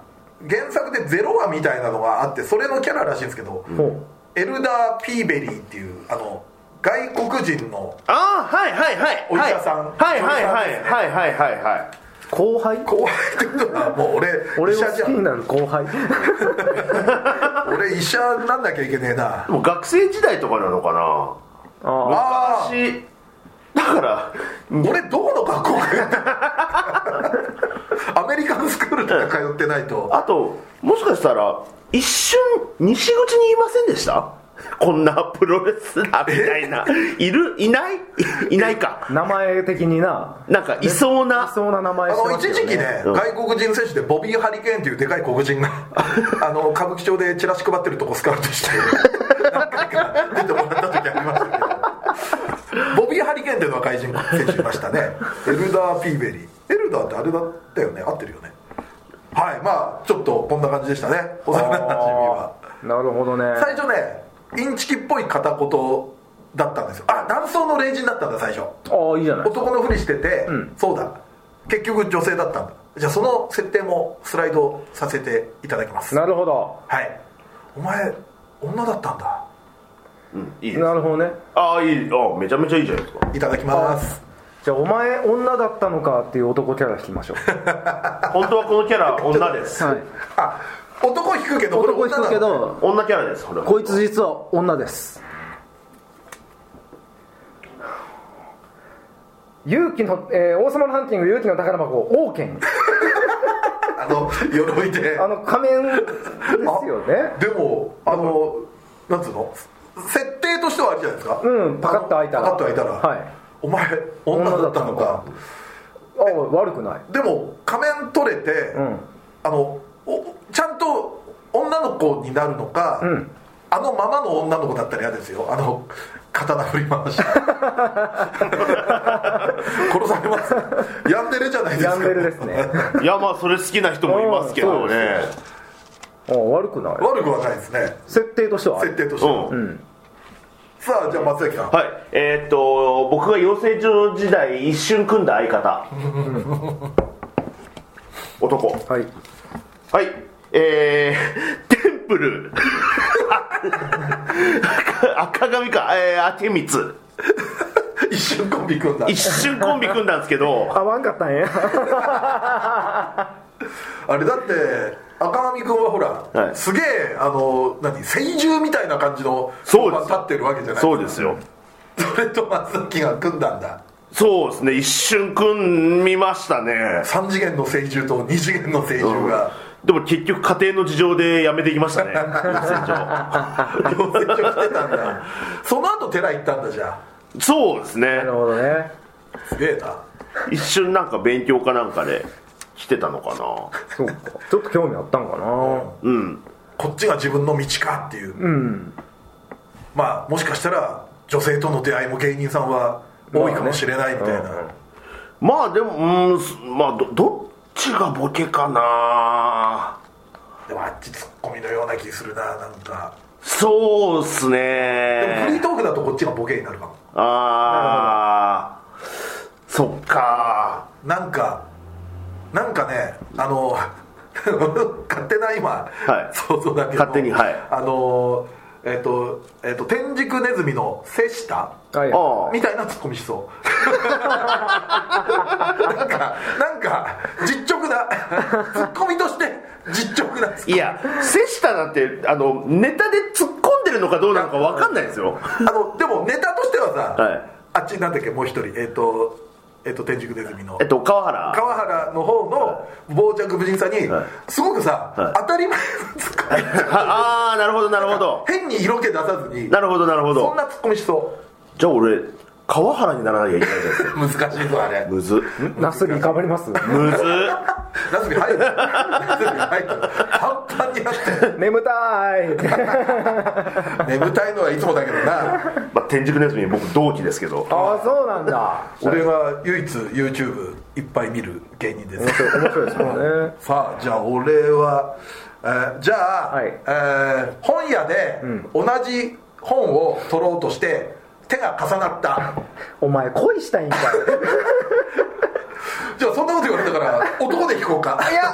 A: 原作でゼロ話みたいなのがあってそれのキャラらしいんですけど、
B: ほう
A: エルダー・ピーベリーっていうあの外国人の
C: ああはいはいはい
A: お医者さん
C: は
A: お医
C: いはいは
A: 者さんですね
C: いはいはいはいはい
B: 後輩
A: 後輩ってことはもう俺
B: 俺
A: 医
B: を
A: 者じ
B: 好
A: ゃ
B: きに
A: ん
B: なる後輩
A: 俺医者になんなきゃいけねえな
C: でも学生時代とかなのかな
B: あ
A: ああ
C: 昔だから
A: 俺どこの <laughs> 学校通ってアメリカンスクールとか通ってないと
C: あともしかしたら一瞬西口にいませんでした <laughs> こんなプロレスラーみたいないるいない <laughs> いいないか
B: あ名前的にな
C: なんかいそうない
B: そうな名
A: あ
B: 前して
A: の
B: ますよ
A: 一時期ね、
C: うん
A: 外国人選手でボビー・ハリケーンっていうでかい黒人
B: <laughs>
A: があの歌舞伎町でチラシ配ってるとこスカウトして何回か出てもらった時ありましたけどボビー・ハリケーンっていうのは外人選手いま
B: <laughs>
A: したねエルダー・ピーベリーエルダーってあれだったよね合ってるよねはいまあちょっとこんな感じでしたね幼なじみは
B: なるほどね
A: 最初ねインチキっぽい片言だったんですよあ男装の霊人だったんだ最初
B: ああいいじゃない
A: 男のふりしてて、
B: ん
A: そうだ結局女性だったんだじゃあその設定もスライドさせていただきますは
B: なるほど
A: いお前女だったんだ
C: うんいいです
B: なるほどね
C: ああいいあめちゃめちゃいいじゃないですか
A: いただきます
B: じゃあお前女だったのかっていう男キャラ引きましょう
C: 本当はこのキャラ女です
B: はい
A: あ <laughs> 男引くけど
B: 男
A: 俺
B: 引
A: 女な
B: く
A: の
B: けど
C: 女キャラですこれ
B: こいつ実は女です勇気の、えー王様のハンティング勇気の宝箱王権
A: あの鎧で
B: あの仮面ですよね
A: でもあのなんつうの設定としてはあれじゃないですか
B: うんパカッと開いたら
A: パカッと開いたら、
B: はい
A: お前女だったの
B: 女だ
A: か
B: あ悪くない
A: でも仮面取れて、
B: ん
A: あのおちゃんと女の子になるのか、
B: ん
A: あのままの女の子だったら嫌ですよあの刀振り
C: <laughs>
A: 回して殺されますヤンデレじゃないですか
B: ヤンデレです <laughs> ね
C: いやまあそれ好きな人もいますけどね
B: あ悪くない
A: 悪くはないですね
B: 設定としてはあり
A: 設定として
C: う
A: は、
C: ん
A: さあじゃあ松崎さん、
C: はいえーっと僕が養成所時代一瞬組んだ相 <laughs> 方男
B: はい
C: はいえー、 <laughs> テンプル赤髪かえー、あてみつ
A: 一瞬コンビ組んだ
C: 一瞬コンビ組んだんですけど
B: 合わんかったんや
A: あれだって赤波君はほら、
C: はい
A: すげえあの何聖獣みたいな感じの
C: そうです
A: 立ってるわけじゃない
C: そうですよ
A: それと松崎が組んだんだ
C: そうですね一瞬組みましたね
A: 3次元の聖獣と2次元の聖獣が
C: でも結局家庭の事情で辞めていきました <laughs> ね
A: 同接触してたんだその後寺行ったんだじゃ
C: そうです
B: <laughs>
C: ね
B: なるほどね
A: あすげえな
C: 一瞬なんか勉強かなんかで来てたのかな
B: そうかちょっと興味あったんかな
C: うん
A: こっちが自分の道かっていう、まあもしかしたら女性との出会いも芸人さんは多いかもしれないみたいな、
C: まあでもうんすまあどどっちがボケかな
A: でもあっちツッコミのような気するななんか
C: そうっす
A: でもフリー
C: ね
A: トークだとこっちがボケになるかも
C: ああそっか
A: なんかなんかねあの <laughs> 勝手な今、
C: はい
A: 想像だけど
C: 勝手にはい
A: あのえっ、と,、えっと天竺ネズミの瀬下
B: はい
C: ああ
A: みたいなツッコミしそう <laughs> なんかなんか実直なツッコミとして実直なツッコミ
C: いや瀬下だってあのネタで突っ込んでるのかどうなのか分かんないですよ
A: あのでもネタとしてはさ、
C: はい
A: あっちなんだっけもう一人えっ、とえっ、と天竺ネズミの
C: えっと川原
A: 川原の方の傍若無人さに、
C: はい
A: すごくさ、
C: はい
A: 当たり前のツッコミ
C: <laughs> ああーなるほどなるほど
A: 変に色気出さずに
C: なるほどなる
A: そ
C: ほど
A: んなツッコミしそ
C: じゃあ俺川原にならなきゃいけないじゃないですか
A: う難しいぞあれ
C: むずっ
B: なすびかぶります
C: <laughs> むずっ
A: ナスビ入るナスビ入るパンパンになって
B: <laughs> 眠た <laughs> い
A: 眠たいのはいつもだけどな
C: まあ天竺ネズミ僕同期ですけど
B: ああそうなんだ
A: 俺は唯一 YouTube いっぱい見る芸人です
B: 面白い面白いですもんね
A: さあじゃあ俺は、えーじゃあ、
B: はい
A: えー本屋で同じ本を取ろうとして手が重なった
B: お前恋したいんかい
A: じゃあそんなこと言われたから男で聞こうかいや
B: あ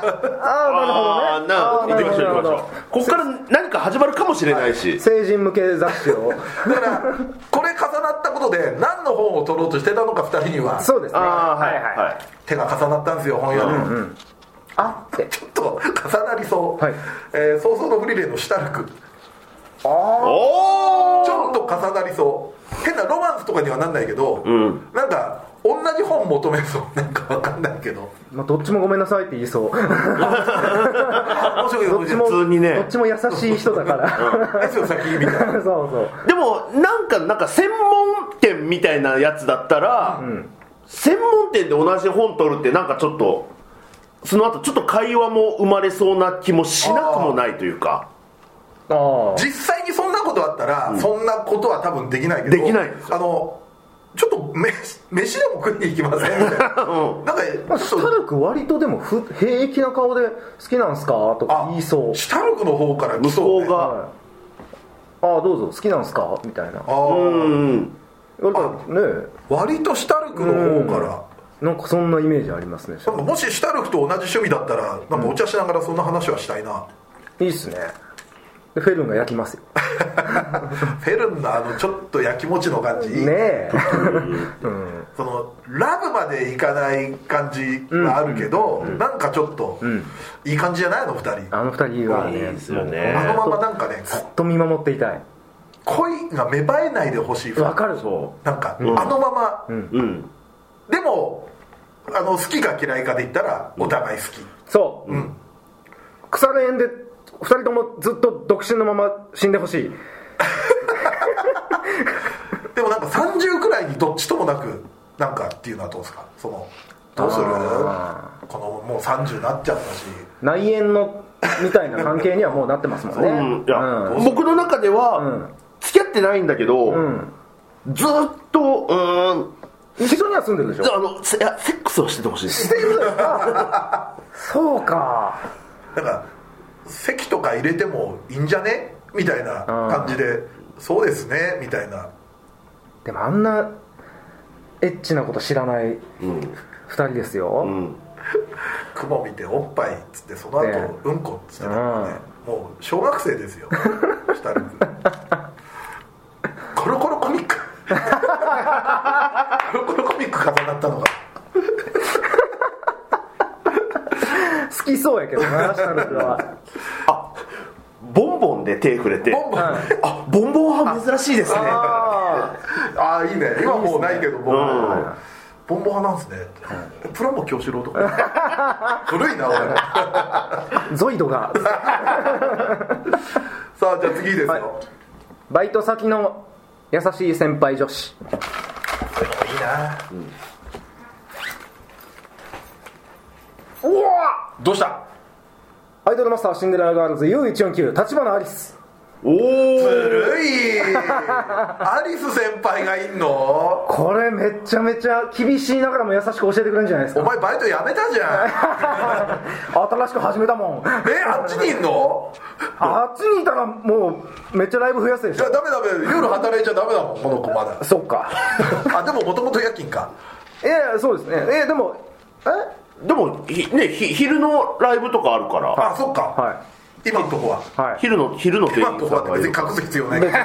B: あなる
C: あ
B: ほ
C: ーな
B: どね
C: 行きましょう行きましょうここから何か始まるかもしれないし
B: 成人向け雑誌を
A: だからこれ重なったことで何の本を取ろうとしてたのか2人には
B: そうですね
C: ああーはい
B: はい
C: はい
A: 手が重なったんですよ本屋で、
B: あって
A: ちょっと重なりそう、
B: はい
A: えー早々のフリレーのシュタルク
B: あ
C: お
A: ち
C: お
A: ょっと重なりそう変なロマンスとかにはなんないけど、
C: ん
A: なんか同じ本求めそう <laughs> なんかわかんないけど
B: あ、まあ、どっちもごめんなさいって言いそう
A: 面白い
B: ど
A: よ
B: っちも
C: 普通にね
B: どっちも優しい人だから
A: あいつよ先みたいな
B: <laughs> そうそう
C: でもなんかなんか専門店みたいなやつだったら、専門店で同じ本取るってなんかちょっとその後ちょっと会話も生まれそうな気もしなくもないというか
B: ああ
A: 実際にそんなことあったら、そんなことは多分できないけど
C: できないですよ
A: あのちょっと飯飯でも食いに行きませんみたいな
C: うん
A: なんか
B: シ
A: ちょ
B: ュ
A: っ
B: タ
A: と
B: ルク割とでもふ平気な顔で好きなんすかとか言いそう
A: シュタルクの方から
C: 向
A: 来
C: こ
A: そう、
C: う
A: ね、
C: が
B: はい、ああどうぞ好きなんすかみたいな
A: あー
C: うん
B: 言われたらね
A: 割とシュタルクの方から、
B: えなんかそんなイメージありますね
A: なんかもしシュタルクと同じ趣味だったらなんかお茶しながらそんな話はしたい
B: <laughs>
A: な、
B: いいっすねでフェルンが焼きますよ
A: フェルンのあのちょっとやきもちの感じ、
B: ねえ <laughs>
A: そのラブまでいかない感じはあるけど、なんかちょっと、いい感じじゃないの二人
B: あの二人はね
C: いいですよ
B: もう
C: ね
A: あのままなんかね
B: ずっと見守っていたい
A: 恋が芽生えないでほしい
B: わかる
C: そ
A: なんか、あのまま、
C: ううん
A: でもあの好きか嫌いかで言ったらお互い好き、
B: そう、腐る園で二人ともずっと独身のまま死んでほしい
A: でもなんか30くらいにどっちともなくなんかっていうのはどうですかそのどうする
B: あ
A: このもう30になっちゃったし
B: 内縁のみたいな関係にはもうなってますもんね、
C: うんいや、
B: うん
C: 僕の中では、
B: ん
C: 付き合ってないんだけど、
B: うん
C: ずっとうーん
B: 一緒には住んでるでしょ
C: あのせいやセックスをしててほしいです
B: <laughs> そうか
A: なんか席とか入れてもいいんじゃねみたいな感じでそうですねみたいな
B: でもあんなエッチなこと知らない
C: うん
B: 2人ですよ、
C: うん
A: 雲見ておっぱいっつってその後、
B: ね
A: うんこっつってたからね、もう小学生ですよシュタルクコロコロコミッ
B: <laughs>
A: クコロコロコミック重なったのが
B: 好きそうやけどなシュタルクは
C: あボンボンで手触れて
A: ボンボン
C: あボンボン派珍しいですね
B: あ
A: ああいいね今もうないけども、
C: うん
A: ボンボン派なんですね、プラモ京志郎とか <laughs> 古いな俺さ
B: あゾイドが
A: あじゃあ次ですよ、
B: はいバイト先の優しい先輩女子
A: い、いな、
B: うわ
A: どうした
B: アイドルマスターシンデレラガールズ U149 立花アリス
C: おお
A: 古いアリス先輩がいんの
B: これめちゃめちゃ厳しいながらも優しく教えてくれるんじゃないです
A: お
B: か
A: 前バイト辞めたじゃ
B: 新しく始めたもんあ
A: んねあっちにいんの
B: っちにいたらもうめっちゃライブ増やすでし
A: いや
B: ょ
A: ダメダメ夜働いちゃダメだもんこの子まだ
B: そっか
A: あでももともと夜勤か
B: ええそうですねええでもえ
C: でもひねひ昼のライブとかあるから、
A: あそっか、
B: は
A: 今のとこは、
B: いはい
C: 昼の昼の店
A: 今の
C: 員
A: と
C: さ
A: こ
C: んが
A: はい別
C: る <laughs>
A: に隠す必要ないから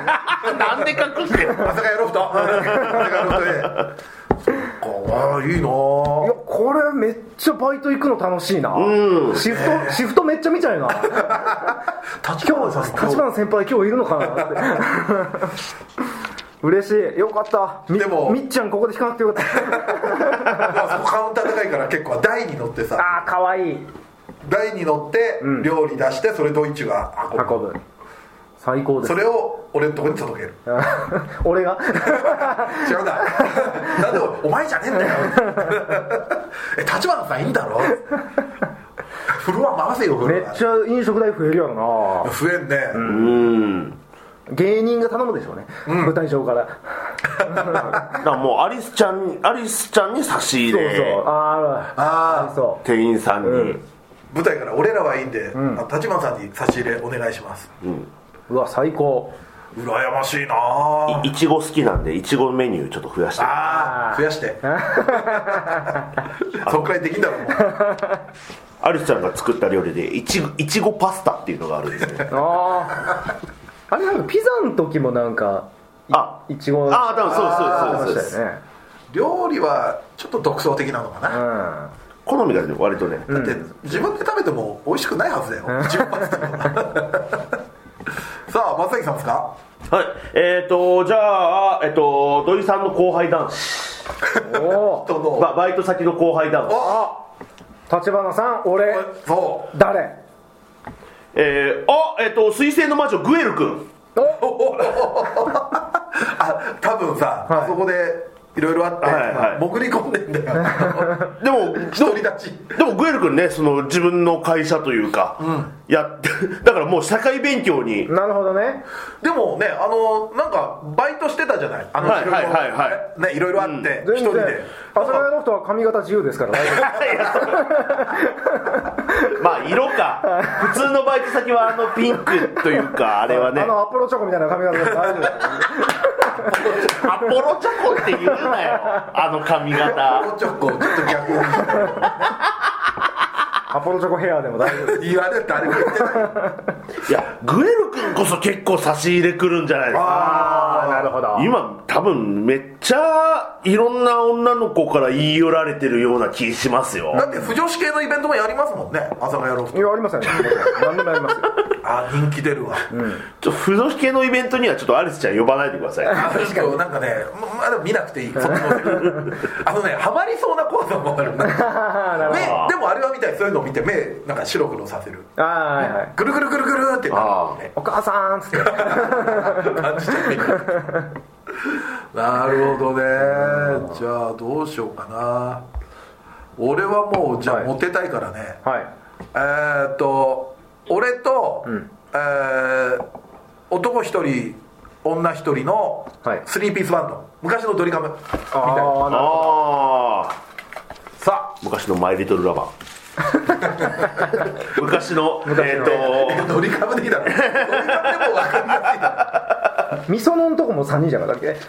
C: なんで隠してんの
A: 阿佐ヶ谷ロフト阿佐ヶ谷ロフトでそっかああいいない
B: や
A: あ
B: これめっちゃバイト行くの楽しいな、
C: うん
B: シフト、シフトめっちゃ見ちゃうな
A: 立
B: 今
A: 花
B: 日
A: さん
B: 立花先輩今日いるのかなって嬉しいよかったみ
A: でも
B: みっちゃんここで引かなくてよかった
A: <laughs> あそこカウンター高いから結構台に乗ってさ
B: ああかわいい
A: 台に乗って
B: うん
A: 料理出してそれドイツが運ぶ
B: 運ぶ最高です <laughs>
A: それを俺のとこに届ける
B: 俺が
A: 違うんだなんで <laughs> お前じゃねえんだよ <laughs> え立花さんいいんだろフロア回せよフ
B: め
A: ロ
B: っちゃ飲食代増えるやろ
A: ア増えんね、
C: うん
B: な芸人が頼むでしょうね、舞台上から
C: だからもうアリスちゃんアリスちゃんに差し入
B: そうそう
C: れ
B: あー
A: あー
B: ありそ
C: 店員さんに、
B: うん
A: 舞台から俺らはいいんで、
B: ん
A: あ立花さんに差し入れお願いします
B: ううわ最高
A: 羨ましいなあ
C: いいちご好きなんでいちごメニューちょっと増やして
A: あー増やしてそんくらいできんだろもう
C: アリスちゃんが作った料理でいちごいちごパスタっていうのがあるんですね
B: あああれなんかピザの時もなんかい
C: あ
B: いちご
C: <laughs> ああ多分そう
B: ま
C: ですそ
B: した
C: うですそうです
B: よね
A: 料理はちょっと独創的なのかな、
C: 好みがね割とね、
A: だって自分で食べても美味しくないはずだよ自分で食べても <laughs> さあ松崎さんですか
C: はいえっ、ー、とじゃあえっ、と土井さんの後輩男子
B: うんお
A: <laughs> ど
B: お
A: うぞ
C: ババイト先の後輩男子
A: あ
B: 立花さん俺
A: そ
B: 誰
C: えー、あえっ、と水星の魔女グエル君
B: お
A: うあ多分さ、
B: はい
A: あそこでいろいろあって、
C: はいはい
A: 潜り込んでんだ
C: <laughs>
A: よ
C: でも
A: 独り立ち
C: でもグエル君ねその自分の会社というか、やって <laughs> だからもう社会勉強 <laughs> に
B: なるほどね
A: でもねあのなんかバイトしてたじゃないあの
C: はい
A: 白
C: はいはい
A: 黒ねいろいろあって一、
B: 全
A: 人
B: 然
A: で
B: 阿佐ヶ谷の人は髪型自由ですから <laughs> 大丈夫
C: いやそうまあ色か普通のバイト先はあのピンクという <laughs> かあれはね
B: あのアポロチョコみたいな髪型です大丈夫 <laughs> です
C: アポロチョコって言うなよあの髪型
A: おちょこちょっと逆
B: アポロチョコヘアでも大丈夫
A: に言われて誰も言ってない
C: いやグエル君こそ結構差し入れくるんじゃないですか
B: ああなるほど
C: 今多分めっちゃいろんな女の子から言い寄られてるような気しますよ
A: だって不女子系のイベントもやりますもんね朝がやろう
B: いやありませんね何でもあります <laughs> よ
A: あ人気出るわ、
C: ちょ不女子系のイベントにはちょっとアリスちゃん呼ばないで
A: <laughs>
C: ください
A: あ確かになんかね、まだ見なくていい、そっちの世界あのね、ハマりそうな怖さもあるなんか
B: なる
A: 目
B: ほ
A: でもあれはみたい、そういうのを見て、目、なんか白黒させる、
B: どああはいはい
A: ぐるぐるぐるぐるってなるね
B: お母さんっつって
A: <laughs> 感じちゃってなるほどね、じゃあ、どうしようかな、俺はもう、じゃあ、
B: はい
A: モテたいからね、
B: はい
A: えーっと、俺と、
B: ん
A: えー男一人、女一人の
B: はい
A: スリーピースバンド、昔のドリカムみたい
B: あ
A: な。
B: あなるほ
C: ああ
A: さ
C: 昔のマイリトルラバ
A: <laughs>
C: ー昔のえ
A: あ
C: っ、
A: <laughs> ドリカムでいい
B: <laughs>
A: だろドリカムでも分かんないだ
B: どみそのんとこも3人じゃなかったっけ
C: と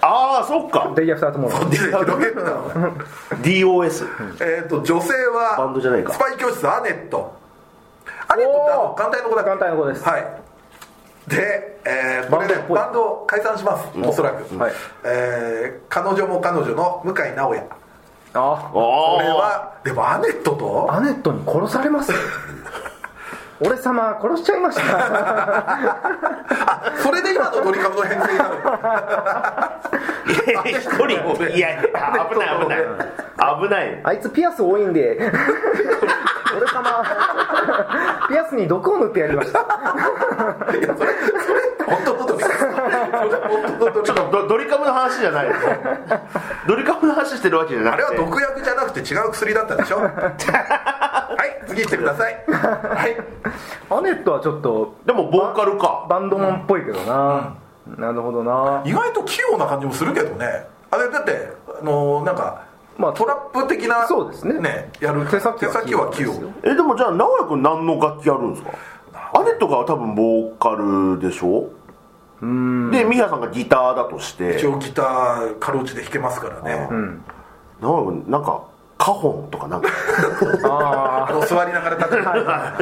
C: ああそっか
B: デイアフタートモロー
A: ろ広げるなお前
C: DOS
A: えっと女性は
C: バンドじゃないか
A: スパイ教室アネットアネットってあの
B: おー
A: 艦隊の子だっけ
B: 艦隊の子です
A: はいで、えーこれで
B: バンドっぽい
A: バンド解散します、おそらく、
B: はい
A: えー彼女も彼女の向井直哉
B: あ
A: こ
C: あ
A: れはでもアネットと
B: アネットに殺されます <laughs> 俺様殺しちゃいました
A: あそれで今のドリカムの編成になる
C: <laughs> 一人いやいや危ない危ない危ない
B: あいつピアス多いんで俺様ピアスに毒を塗ってやりました
A: いやそれそれ本当のドリカムそれ本当のドリ
C: ちょ
A: カ
C: っ
A: ム
C: とドドリカムの話じゃないよドリカムの話してるわけじゃな
A: あ
C: く
A: れ
C: て
A: は毒薬じゃなくて違う薬だったでしょはい次行ってくださいはい
B: アネットはちょっと
C: でもボーカルか
B: バンドマンっぽいけどな、なるほどな
A: 意外と器用な感じもするけどねあれだってあのーなんか、
B: まあ
A: トラップ的な
B: そうですね
A: やる
B: 手先は器用
A: は器用
B: ですよ
C: えでもじゃあ直哉君何の楽器やるんですかアネットが多分ボーカルでしょでミハさんがギターだとして
A: 一応ギターかろうじて弾けますからね、
C: 直哉君なんかカホンとかなんか <laughs>
B: あ
A: あの座りながら立てる
B: あ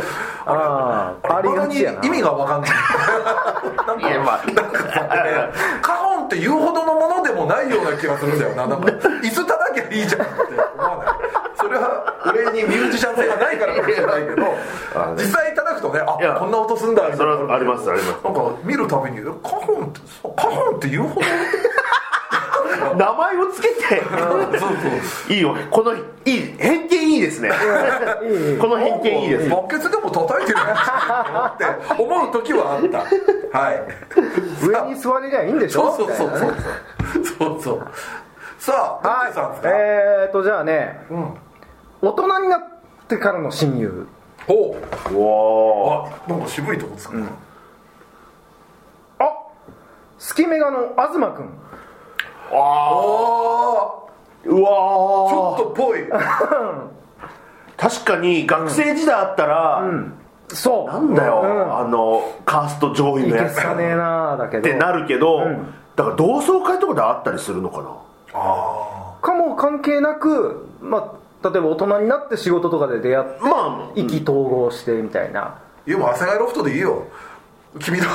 B: ああありがちやな
A: 意味が分かんないなんか、
C: <laughs>
A: まあ、なんかねカホンって言うほどのものでもないような気がするんだよななんか椅子叩きゃいいじゃんって思わないそれは俺にミュージシャン性がないからかもしれないけど
C: あ
A: 実際叩くとね
C: いや
A: あこんな音すんだみた
C: そ
A: い
C: れ
A: な
C: はありますあります
A: なんか見るたびにえ「カホンってそうカホンって言うほど」
C: 名前をつけて
A: そうそう
C: いいよこのいい偏見いいですねこの偏見いいです
A: バケツでも叩いてるやつって思う時はあった
C: <laughs>
A: はい
B: 上に座りりゃいいんでし
A: そう
B: ょ
A: そう
B: みた
A: そ
B: いうなね
A: そうそうそうさあ
B: は
A: どう
B: い
A: したんですか、
B: えーとじゃあね
A: うん、
B: 大人になってからの親友
A: ほ
C: う
A: う
C: わ
A: あなんか渋いとこですか、
B: あスキメガの東くん
C: ーあ
A: あ
C: ー
A: あち
C: う
A: ょ
C: わ
A: っ
C: ー
A: とぽい
C: 確かに学生時代あったら、
B: そう
C: なんだよ、
B: うん
C: あのカースト上位
B: い
C: の
B: け
C: やつ
B: すかねえなあだけど
C: ってなるけど、
B: うん
C: だから同窓会とかであったりするのかな
A: あ
B: かも関係なく、まあ、例えば大人になって仕事とかで出会って
C: まあ
B: 意気投合してみたいな、
A: あいやもう阿佐ヶ谷ロフトでいいよ君
B: <laughs>
A: の君の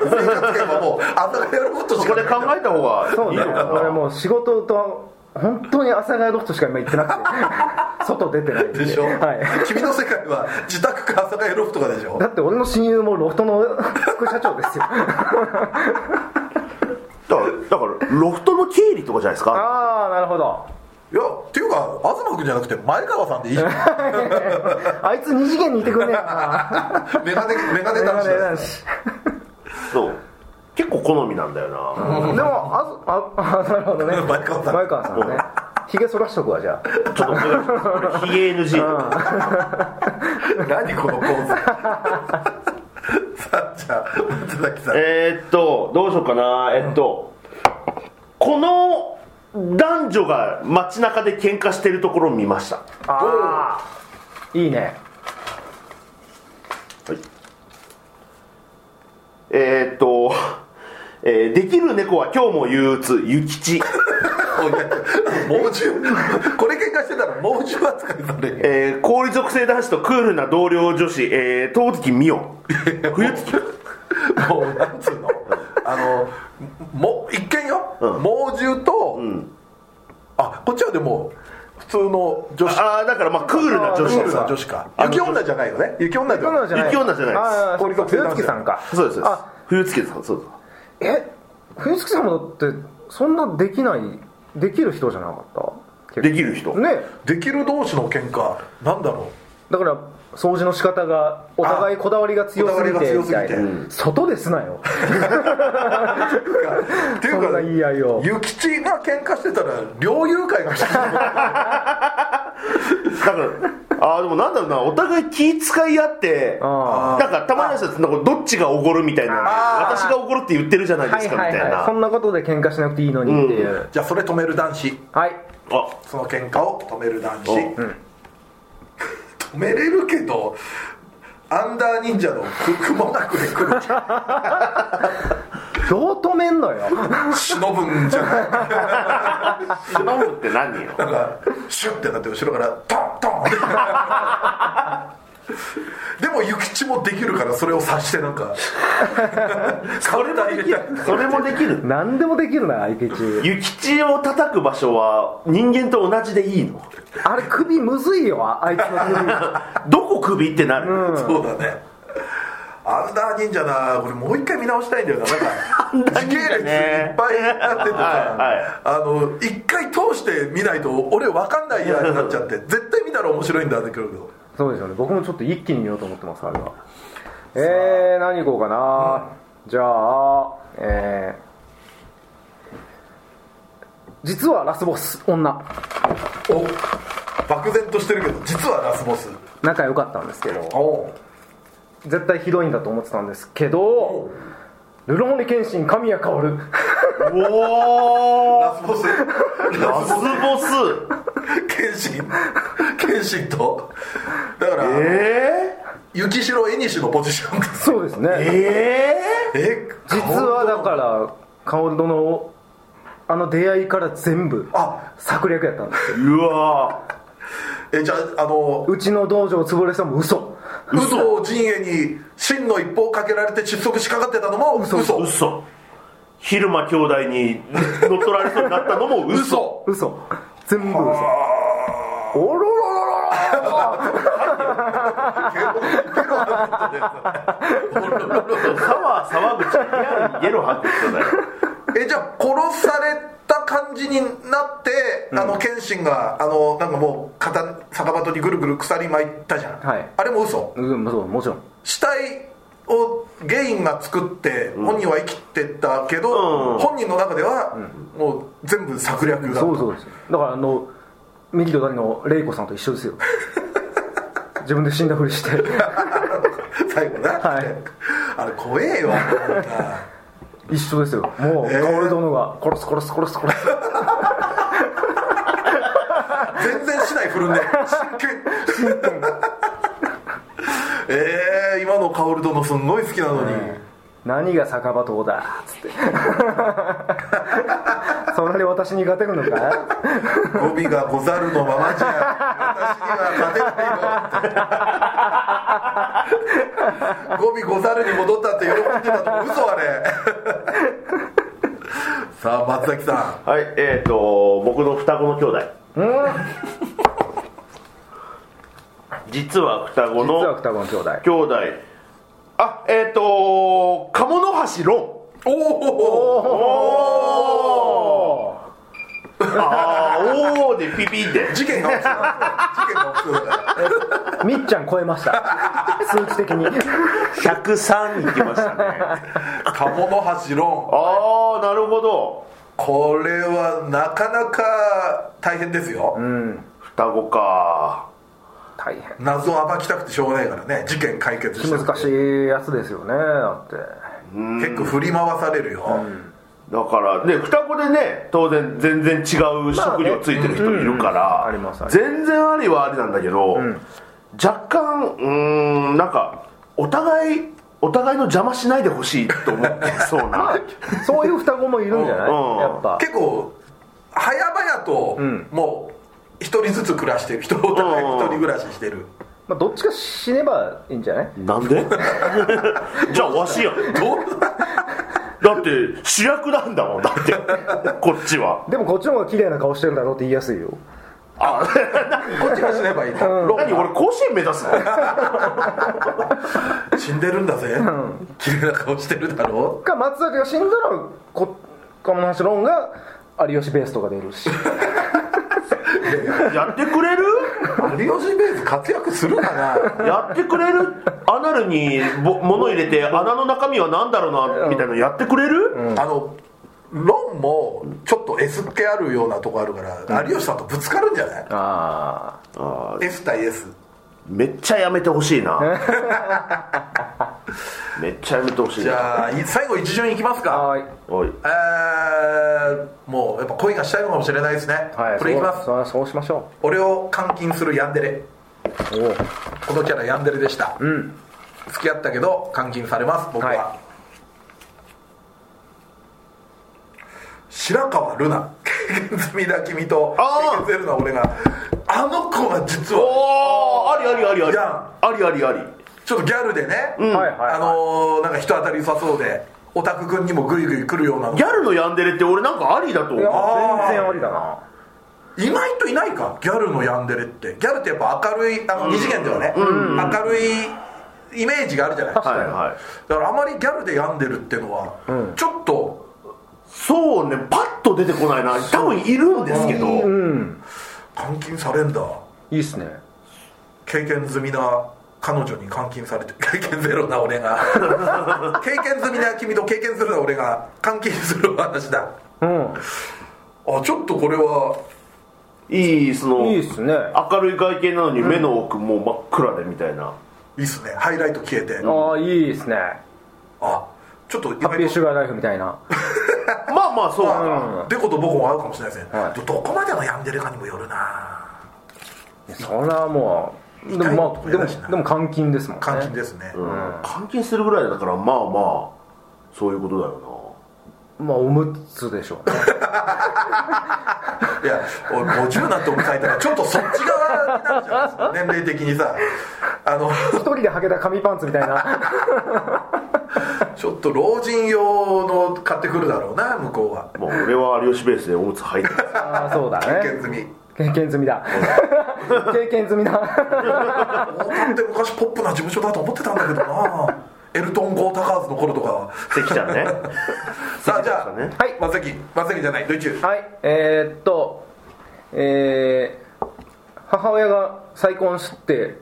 A: 生活圏はもう阿佐ヶ谷ロフトし
C: そ
A: か
C: こ
A: な
C: で
A: い
C: 考えた方がいい
B: そうね
C: のか
B: 俺
C: な
B: もう仕事と本当に阿佐ヶ谷ロフトしか今行ってなく
A: <laughs>
B: て外出てないんで
A: でしょ、
B: はい、
A: 君の世界は自宅か阿佐ヶ谷ロフトかでし
B: <laughs>
A: ょ
B: だって俺の親友もロフトの副社
A: <laughs>
B: 長ですよ
C: だからだからロフトの経理とかじゃないですか
B: ああなるほど
A: いやっていうか東君じゃなくて前川さんでいいじゃん
B: <laughs> あいつ二次元にいてくんねえか
A: メガネメガネ男子
B: なメガネ
A: だ
B: 男
A: し
B: 子
C: そう結構好みなんだよな、
B: でもあずああなるほどね
A: 前川さん
B: 前川さんねひげ剃らしとくわじゃあ
C: ちょっとこれヒゲ NG
A: 何このポーズ <laughs> さあじゃあ松崎さん
C: えーっとどうしようかなえっと、この男女が街中で喧嘩してるところを見ました
B: ああいいね
C: えーっと、えーできる猫は今日も憂鬱諭吉
A: おい <laughs> 猛獣これ喧嘩してたら猛獣扱いされる
C: えー、氷属性男子とクールな同僚女子、えー、冬月美桜冬月
A: もうなんつうのあのも一見よ、猛獣と、あこっちはでも普通の女子
C: ああだからまあクールな女
A: ク
C: 子
A: ールな女子か雪女じゃないよね雪女で
B: そ
A: は
B: んなのじゃない
C: 雪女じゃないです
B: ああ
A: 氷属性なんだよ
B: 冬月さんか
C: そうですそうです
B: あ
C: 冬月さんそうです
B: え冬月さんもだってそんなできないできる人じゃなかった
C: できる人
B: ね
A: できる同士の喧嘩なんだろ
B: だから掃除の仕方がお互いこだわりが強
A: こ
B: すぎ
A: だわり
B: て
A: が強
B: み
A: すぎ
B: た
A: て
B: いな外ですな
A: う
B: よ
A: っていう
B: そんな
A: か
B: 言い合いを
A: 諭吉が喧嘩してたら猟友会がして
B: <laughs>
A: た
C: だからああでもなんだろうなお互い気遣い合って
B: あ
A: ー
C: なんかたまにはなんかどっちがおごるみたいな
A: あー
C: 私がおごるって言ってるじゃないで
B: は
C: す
B: い
C: か
B: は
C: み
B: い
C: たい
B: はいそ
C: なん
B: なことで喧嘩しなくていいのにっていう、
A: じゃあそれ止める男子
B: はい
C: あ
A: その喧嘩を止める男子、
C: う
A: 止めれるけどアンダー忍者のくくもなくで来る
B: どう止めんのよ
A: 忍ぶんじゃない
C: 頼むって何よ
A: なんかシュッてなって後ろからトントンでも諭吉もできるからそれを察してなんかそれ入れたい
C: それもできる
B: 何でもできるな相手中
C: 諭吉を叩く場所は人間と同じでいいの
B: あれ首むずいよああいつの
C: どこ首ってな
A: <laughs>
C: る、
A: そうだねアンダー忍者なこれもう一回見直したいんだよななんか時系列いっぱいなっててさ、
C: はい
A: あの一回通して見ないと俺分かんないやになっちゃって絶対見たら面白いんだってくるけど
B: そうですよね僕もちょっと一気に見ようと思ってますあれはえー、何行こうかな、じゃあえー、実はラスボス女
A: お漠然としてるけど実はラスボス
B: 仲良かったんですけど
A: お
B: 絶対ひどいんだと思ってたんですけどルローニケンシン神谷薫
C: おお
A: ラスボスラ
C: ラス
A: スボ
C: ボス
A: ス謙信謙信とだから、
C: え
A: 雪城絵西のポジションです
B: そうです
C: ー、
B: ね
C: え
A: え
B: 実はだから薫殿をあの出会いから全部
A: あ
B: 策略やったんですよ
C: うわ
A: えじゃああの
B: うちの道場潰れそうも嘘
A: 嘘を陣営に真の一方をかけられて窒息しかかってたのも嘘嘘
C: ー嘘昼間兄弟に乗っ取られそうになったのも嘘
B: 嘘全部嘘おろろろろ
C: 川沢口リアルにゲロ吐く人だよ
A: えじゃあ殺された感じになって、あの謙信があのなんかもう片逆鳩にぐるぐる鎖巻いたじゃん、
B: はい
A: あれも嘘
B: うんそうもちろん
A: 死体をゲインが作って本人は生きてたけど、
C: うん
A: 本人の中ではもう全部策略だった
B: そうそうですだからあのミキとダニのレイコさんと一緒ですよ自分で死んだふりして
A: 最後な、
B: はい
A: あれ怖えよなんか
B: 一緒ですよもう
A: えー
B: 薫殿が殺す殺す殺す殺す
A: 全然しない振るんで
B: <laughs>
A: 真剣えー、今の薫殿すんごい好きなのに、
B: 何が酒場党だっつってそんなに私に勝てるのか
A: 語尾がござるのままじゃ私には勝てないよって語尾ござるに戻ったって喜んでたのも嘘あれさあ松崎さ
C: はいえっ、ー、と僕の双子の兄弟実は双子
B: 実は
C: の
B: 双子の兄弟
C: 兄弟あえっ、ー、と鴨の橋論
A: んおお
B: おー
C: あーおおでピピって
A: 事件が起きそうだ事件が起きそうだ
B: みっちゃん超えました数値的に
C: 103いきましたね
A: 鴨の橋論
C: ああなるほど
A: これはなかなか大変ですよ、
C: 双子か
B: 大変
A: 謎を暴きたくてしょうがないからね事件解決し
B: 気
A: て
B: 難しいやつですよねだって
A: 結構振り回されるよ、
C: だからね双子でね当然全然違う職業ついてる人いるから、
B: うんうんありますあります
C: 全然ありはありなんだけど、若干うーんなんかお互いお互いの邪魔しないでほしいと思ってそ
B: <laughs>
C: うな
B: そういう双子もいるんじゃない
C: うん
B: やっぱ
A: 結構早々と、
B: ん
A: もう一人ずつ暮らしてる人お互い一人暮らししてる、
B: まあ、どっちか死ねばいいんじゃない
C: なんで <laughs> じゃあわしやん
A: どう
C: だって主役なんだもんだってこっちは
B: でもこっちの方が綺麗な顔してるだろうって言いやすいよ
C: あ
A: こっちが死ねばいいの、
C: 何俺甲子園目指すの
A: 死んでるんだぜ、綺麗な顔してるだろ
B: か松崎が死んだらこ鴨の橋ロンが有吉ベースとか出るし
C: やってくれる
A: 有吉ベース活躍するかな
C: やってくれるアナルにぼ物入れて穴の中身は何だろうなみたいなのやってくれる、
A: あのロンもちょっと S っ気あるようなとこあるから、有吉さんとぶつかるんじゃない
B: ああ
C: あ
A: S 対 S
C: めっちゃやめてほしいなめっちゃやめてほしい
A: じ
C: な
A: ゃあい最後一巡いきますか
B: はい
C: おい
A: えーもうやっぱ恋がしたいのかもしれないですね、
B: はい
A: これいきます
B: そうそうそうしましょ
A: 俺を監禁するヤンデレ
B: うおう
A: このキャラヤンデレでした、
B: ん
A: 付き合ったけど監禁されます僕は、
B: は
A: 白川ルナ経験済みだ君と
C: あー
A: 経験ゼロな俺があの子は実
C: お
A: は
C: おありありありあり
A: やん
C: ありありあり
A: ちょっとギャルでね、
C: うん
B: はいはい、はい、
A: あのーなんか人当たり良さそうでオタク君にもグイグイ来るようなの
C: ギャルのヤンデレって俺なんかありだと
B: い
C: 思
B: や
C: う
A: あー
B: 全然ありだな
A: 意外といないかギャルのヤンデレってギャルってやっぱ明るいあの二次元ではね、明るいイメージがあるじゃないですか、
C: はいはい
A: だからあまりギャルで病んでるっていうのは、ちょっと
C: そうねパッと出てこないな多分いるんですけど、
B: うん
A: 監禁されんだ
B: いいっすね
A: 経験済みな彼女に監禁されて <laughs> 経験ゼロな俺が <laughs> 経験済みな君と経験するな俺が監禁する話だ
B: うん
A: あちょっとこれはい
C: いその
B: いいっすねあ
C: 明るい外見なのに目の奥もう真っ暗でみたいな、
A: いいっすねハイライト消えて
B: あいいっすね
A: あちょっと意
B: ハッピー
A: 外
B: シ
A: と
B: ュガーライフみたいな
C: まあまあそうだな
B: うん
A: デコとボコも合うかもしれないですね、
B: はい
A: どどこまでの病んでるかにもよるない
B: やそれはもうでもまあでもでも監禁ですもんね
A: 監禁ですね、
C: うん監禁するぐらいだからまあまあそういうことだよ
B: まあおむつでしょうね
A: いや俺50になってお迎えたらちょっとそっち側になるじゃないですか
B: <laughs>
A: 年齢的にさあの
B: 一人で履けた紙パンツみたいな
A: ちょっと老人用の買ってくるだろうな向こうは
C: もう俺は有吉ベースでおむつ履いてます
B: ああそうだ
A: 経
B: ね
A: 験済み
B: 経験済みだ経験済みだ
A: 大阪って昔ポップな事務所だと思ってたんだけどな <laughs> エルトン・ゴー・タカーズの頃とかは
C: 関ちゃんね
A: さあじゃあ、
C: ね
B: はい
A: 松崎松崎じゃないドイチュー
B: はいえーっとえー母親が再婚して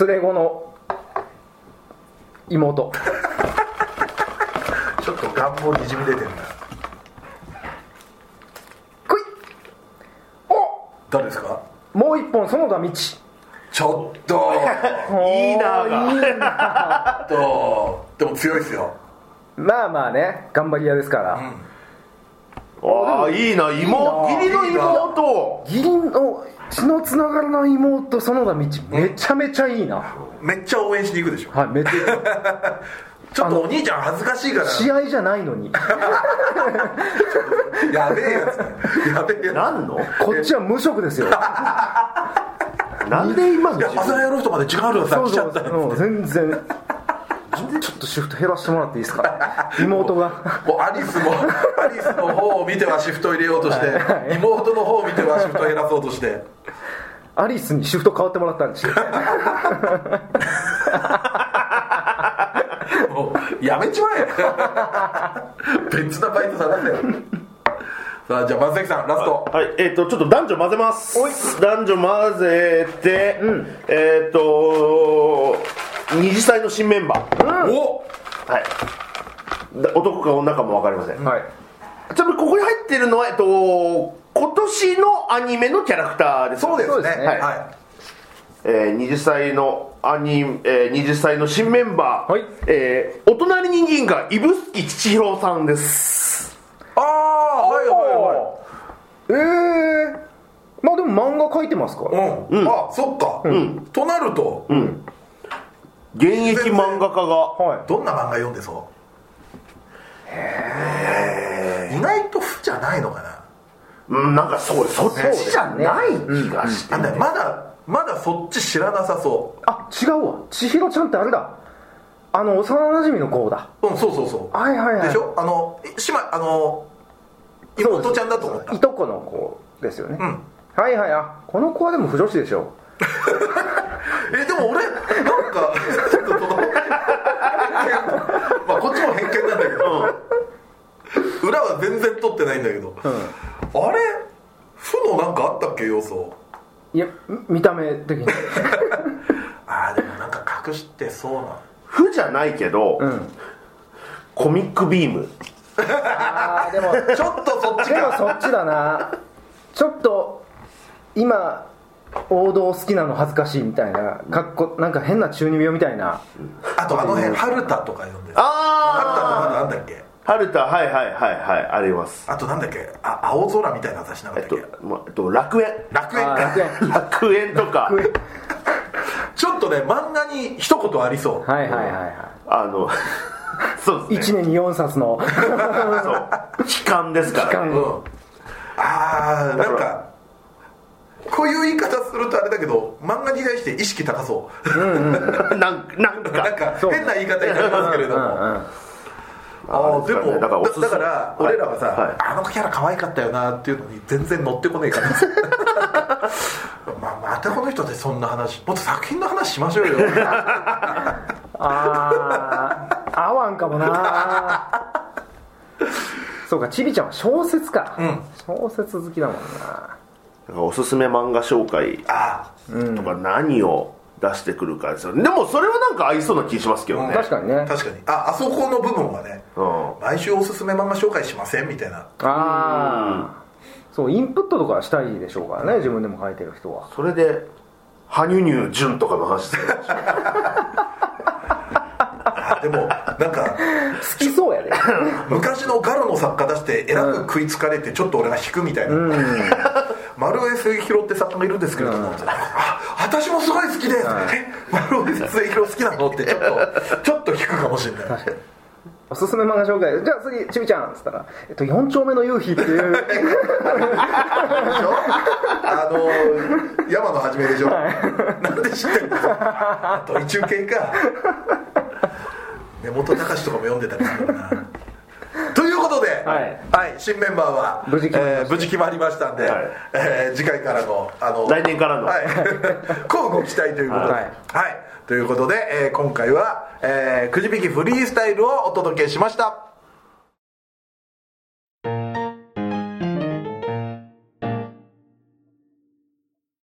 B: 連れ子の妹
A: ちょっと願望にじみ出てるな
B: くいお
A: 誰ですか
B: もう一本園田道
A: ちょっと
C: いいなあが
B: おーいいな
A: ちょっとでも強いですよ
B: まあまあね頑張り屋ですから、
C: ああいいな妹義理の
A: いいな
C: 妹
B: 義理の血のつながりの妹園田道めちゃめちゃいいな、
A: めっちゃ応援しに行くでしょ
B: はいめっちゃ
A: ちょっとお兄ちゃん恥ずかしいか
B: 試合じゃないのに
A: らやべえや
B: <laughs>
A: つやべえやつ
C: 何の
B: こっちは無
A: <laughs>
B: 職ですよ
C: なんで今の
A: いや朝早いロフトまで時間あるわさ
B: そう
A: 来ち
B: そ
A: ゃ
B: う
A: った
B: もう全然ちょっとシフト減らしてもらっていいで
A: <laughs>
B: すか妹が
A: もうアリスもアリスの方を見てはシフト入れようとして
B: はい
A: 妹の方を見てはシフト減らそうとして
B: アリスにシフト変わってもらったんですよ
A: もうやめちま <laughs> え別なバイト探せよさあじゃあ松崎さんラスト
C: はい、えっ、と、ちょっと男女混ぜます。男女混ぜて、えっ、と、二次祭の新メンバー。
A: お
C: はい。だ男か女かもわかりません。
B: はい
C: ちなみに、ここに入ってるのは、えっ、と、今年のアニメのキャラクターです。
A: そうですね
B: そうですね
A: はい、
C: えー、二次祭のアニメ、えー、二次祭の新メンバー。
B: はい
C: えーお隣人間が指宿千尋さんです。
A: ああはいは
B: ええー、まあでも漫画描いてますか
A: いはいうん、あそっか、となると、
C: 現役漫画家が。
B: は
A: どんな漫画読んでそう意外と負じゃないのかな
C: うん、なんかそう、そっ
B: そうです
C: ち
B: ね
C: じゃない気がして、
A: なんだよまだまだそっち知らなさそ
B: あ違うわ千尋ちゃんってあれだあの幼馴染の子だ
A: ううんそうそうそう
B: はいはいはい
A: でしょあのえ姉妹あの
B: そうです
A: 妹ちゃんだと思った
B: いとこの子ですよね、
A: うん
B: はいはいあこの子はでも不女子でしょ
A: えでも俺なんかちょっとその偏見まあこっちも偏見なんだけど、裏は全然取ってないんだけど、あれ負のなんかあったっけ要素
B: いやみ見た目
A: <laughs>
B: 的に
A: ああでもなんか隠してそうな
C: 負じゃないけど、
B: うん
C: コミックビーム
B: ああでも
A: ちょっとそっち
B: でも
A: か
B: そっちだなちょっと今王道好きなの恥ずかしいみたいなかっこなんか変な中二病みたいな
A: あとあの辺春田とか呼んでる春田とか
C: あ
A: なんだっけ
C: あ春田はいはいはいはいあります
A: あとなんだっけあ青空みたいな雑誌なか
C: え
A: っ
C: った
A: っけ、
C: と,、ま、えっと楽園
A: 楽園
B: あー
A: か
B: 楽園
C: 楽園とか
A: ちょっとね漫画に一言ありそう、
B: はいはいはいは
C: あの <laughs> そう
B: い
C: です
B: 1
C: ね
B: 年に4冊の
C: そう悲観ですから、ね、
B: 悲観
A: うん、あーなん
C: だか
A: かこういう言い方するとあれだけど漫画に対して意識高そう
C: なんかなんか
A: なんか
B: そう
A: 変な言い方になりますけれども、
B: うんうん
A: あー
C: あ
A: で
C: れ
A: も
C: ですかね
A: だ
C: だ
A: か
C: からお
A: ら
C: す
A: 俺
C: すめはい
A: らはさ、
C: はい
A: あのキャラ可愛かったよなっていうのに全然乗ってこねえから <laughs> まあ、またこの人でそんな話もっと作品の話しま
C: <laughs>
A: しょうよ
B: あー合わんかもなそうかちびちゃんは小説か、小説好きだもんな
C: なんかおすすめ漫画紹介
A: あ
C: とか何を出してくるかですよね、でもそれはなんか合いそうな気しますけどね、
B: 確かにね
A: 確かにああそこの部分はね
C: うん
A: 毎週おすすめ漫画紹介しませんみたいな
B: ああそうインプットとかしたいでしょうからね自分でも書いてる人は
C: それで羽生乳潤とかの話ですよ
A: <laughs> あでもなんか
B: 好きそう <laughs> やで
A: 昔のガロの作家出してえらく食いつかれてちょっと俺が引くみたいな、 <laughs> 丸尾末広って作家がいるんですけれども、あ私もすごい好きで、え丸尾末広好きなのってちょっとちょっと引くかもしれない
B: おすすめ漫画紹介じゃあ次ちびちゃんっつったら「えっと、4丁目の夕日」っていう
A: あの山野はじめでしょ、なんで知ってんのあと一中系か根本隆とかも読んでたりするからなということで、
B: はい
A: はい新メンバーは
B: 無事決まりました
A: えー無事決まりましたんで、
C: はい
A: えー次回からのあの
C: 来年からの
A: はい、乞うご期待ということで、は
B: はいい
A: ということで、えー今回は、えーくじ引きフリースタイルをお届けしました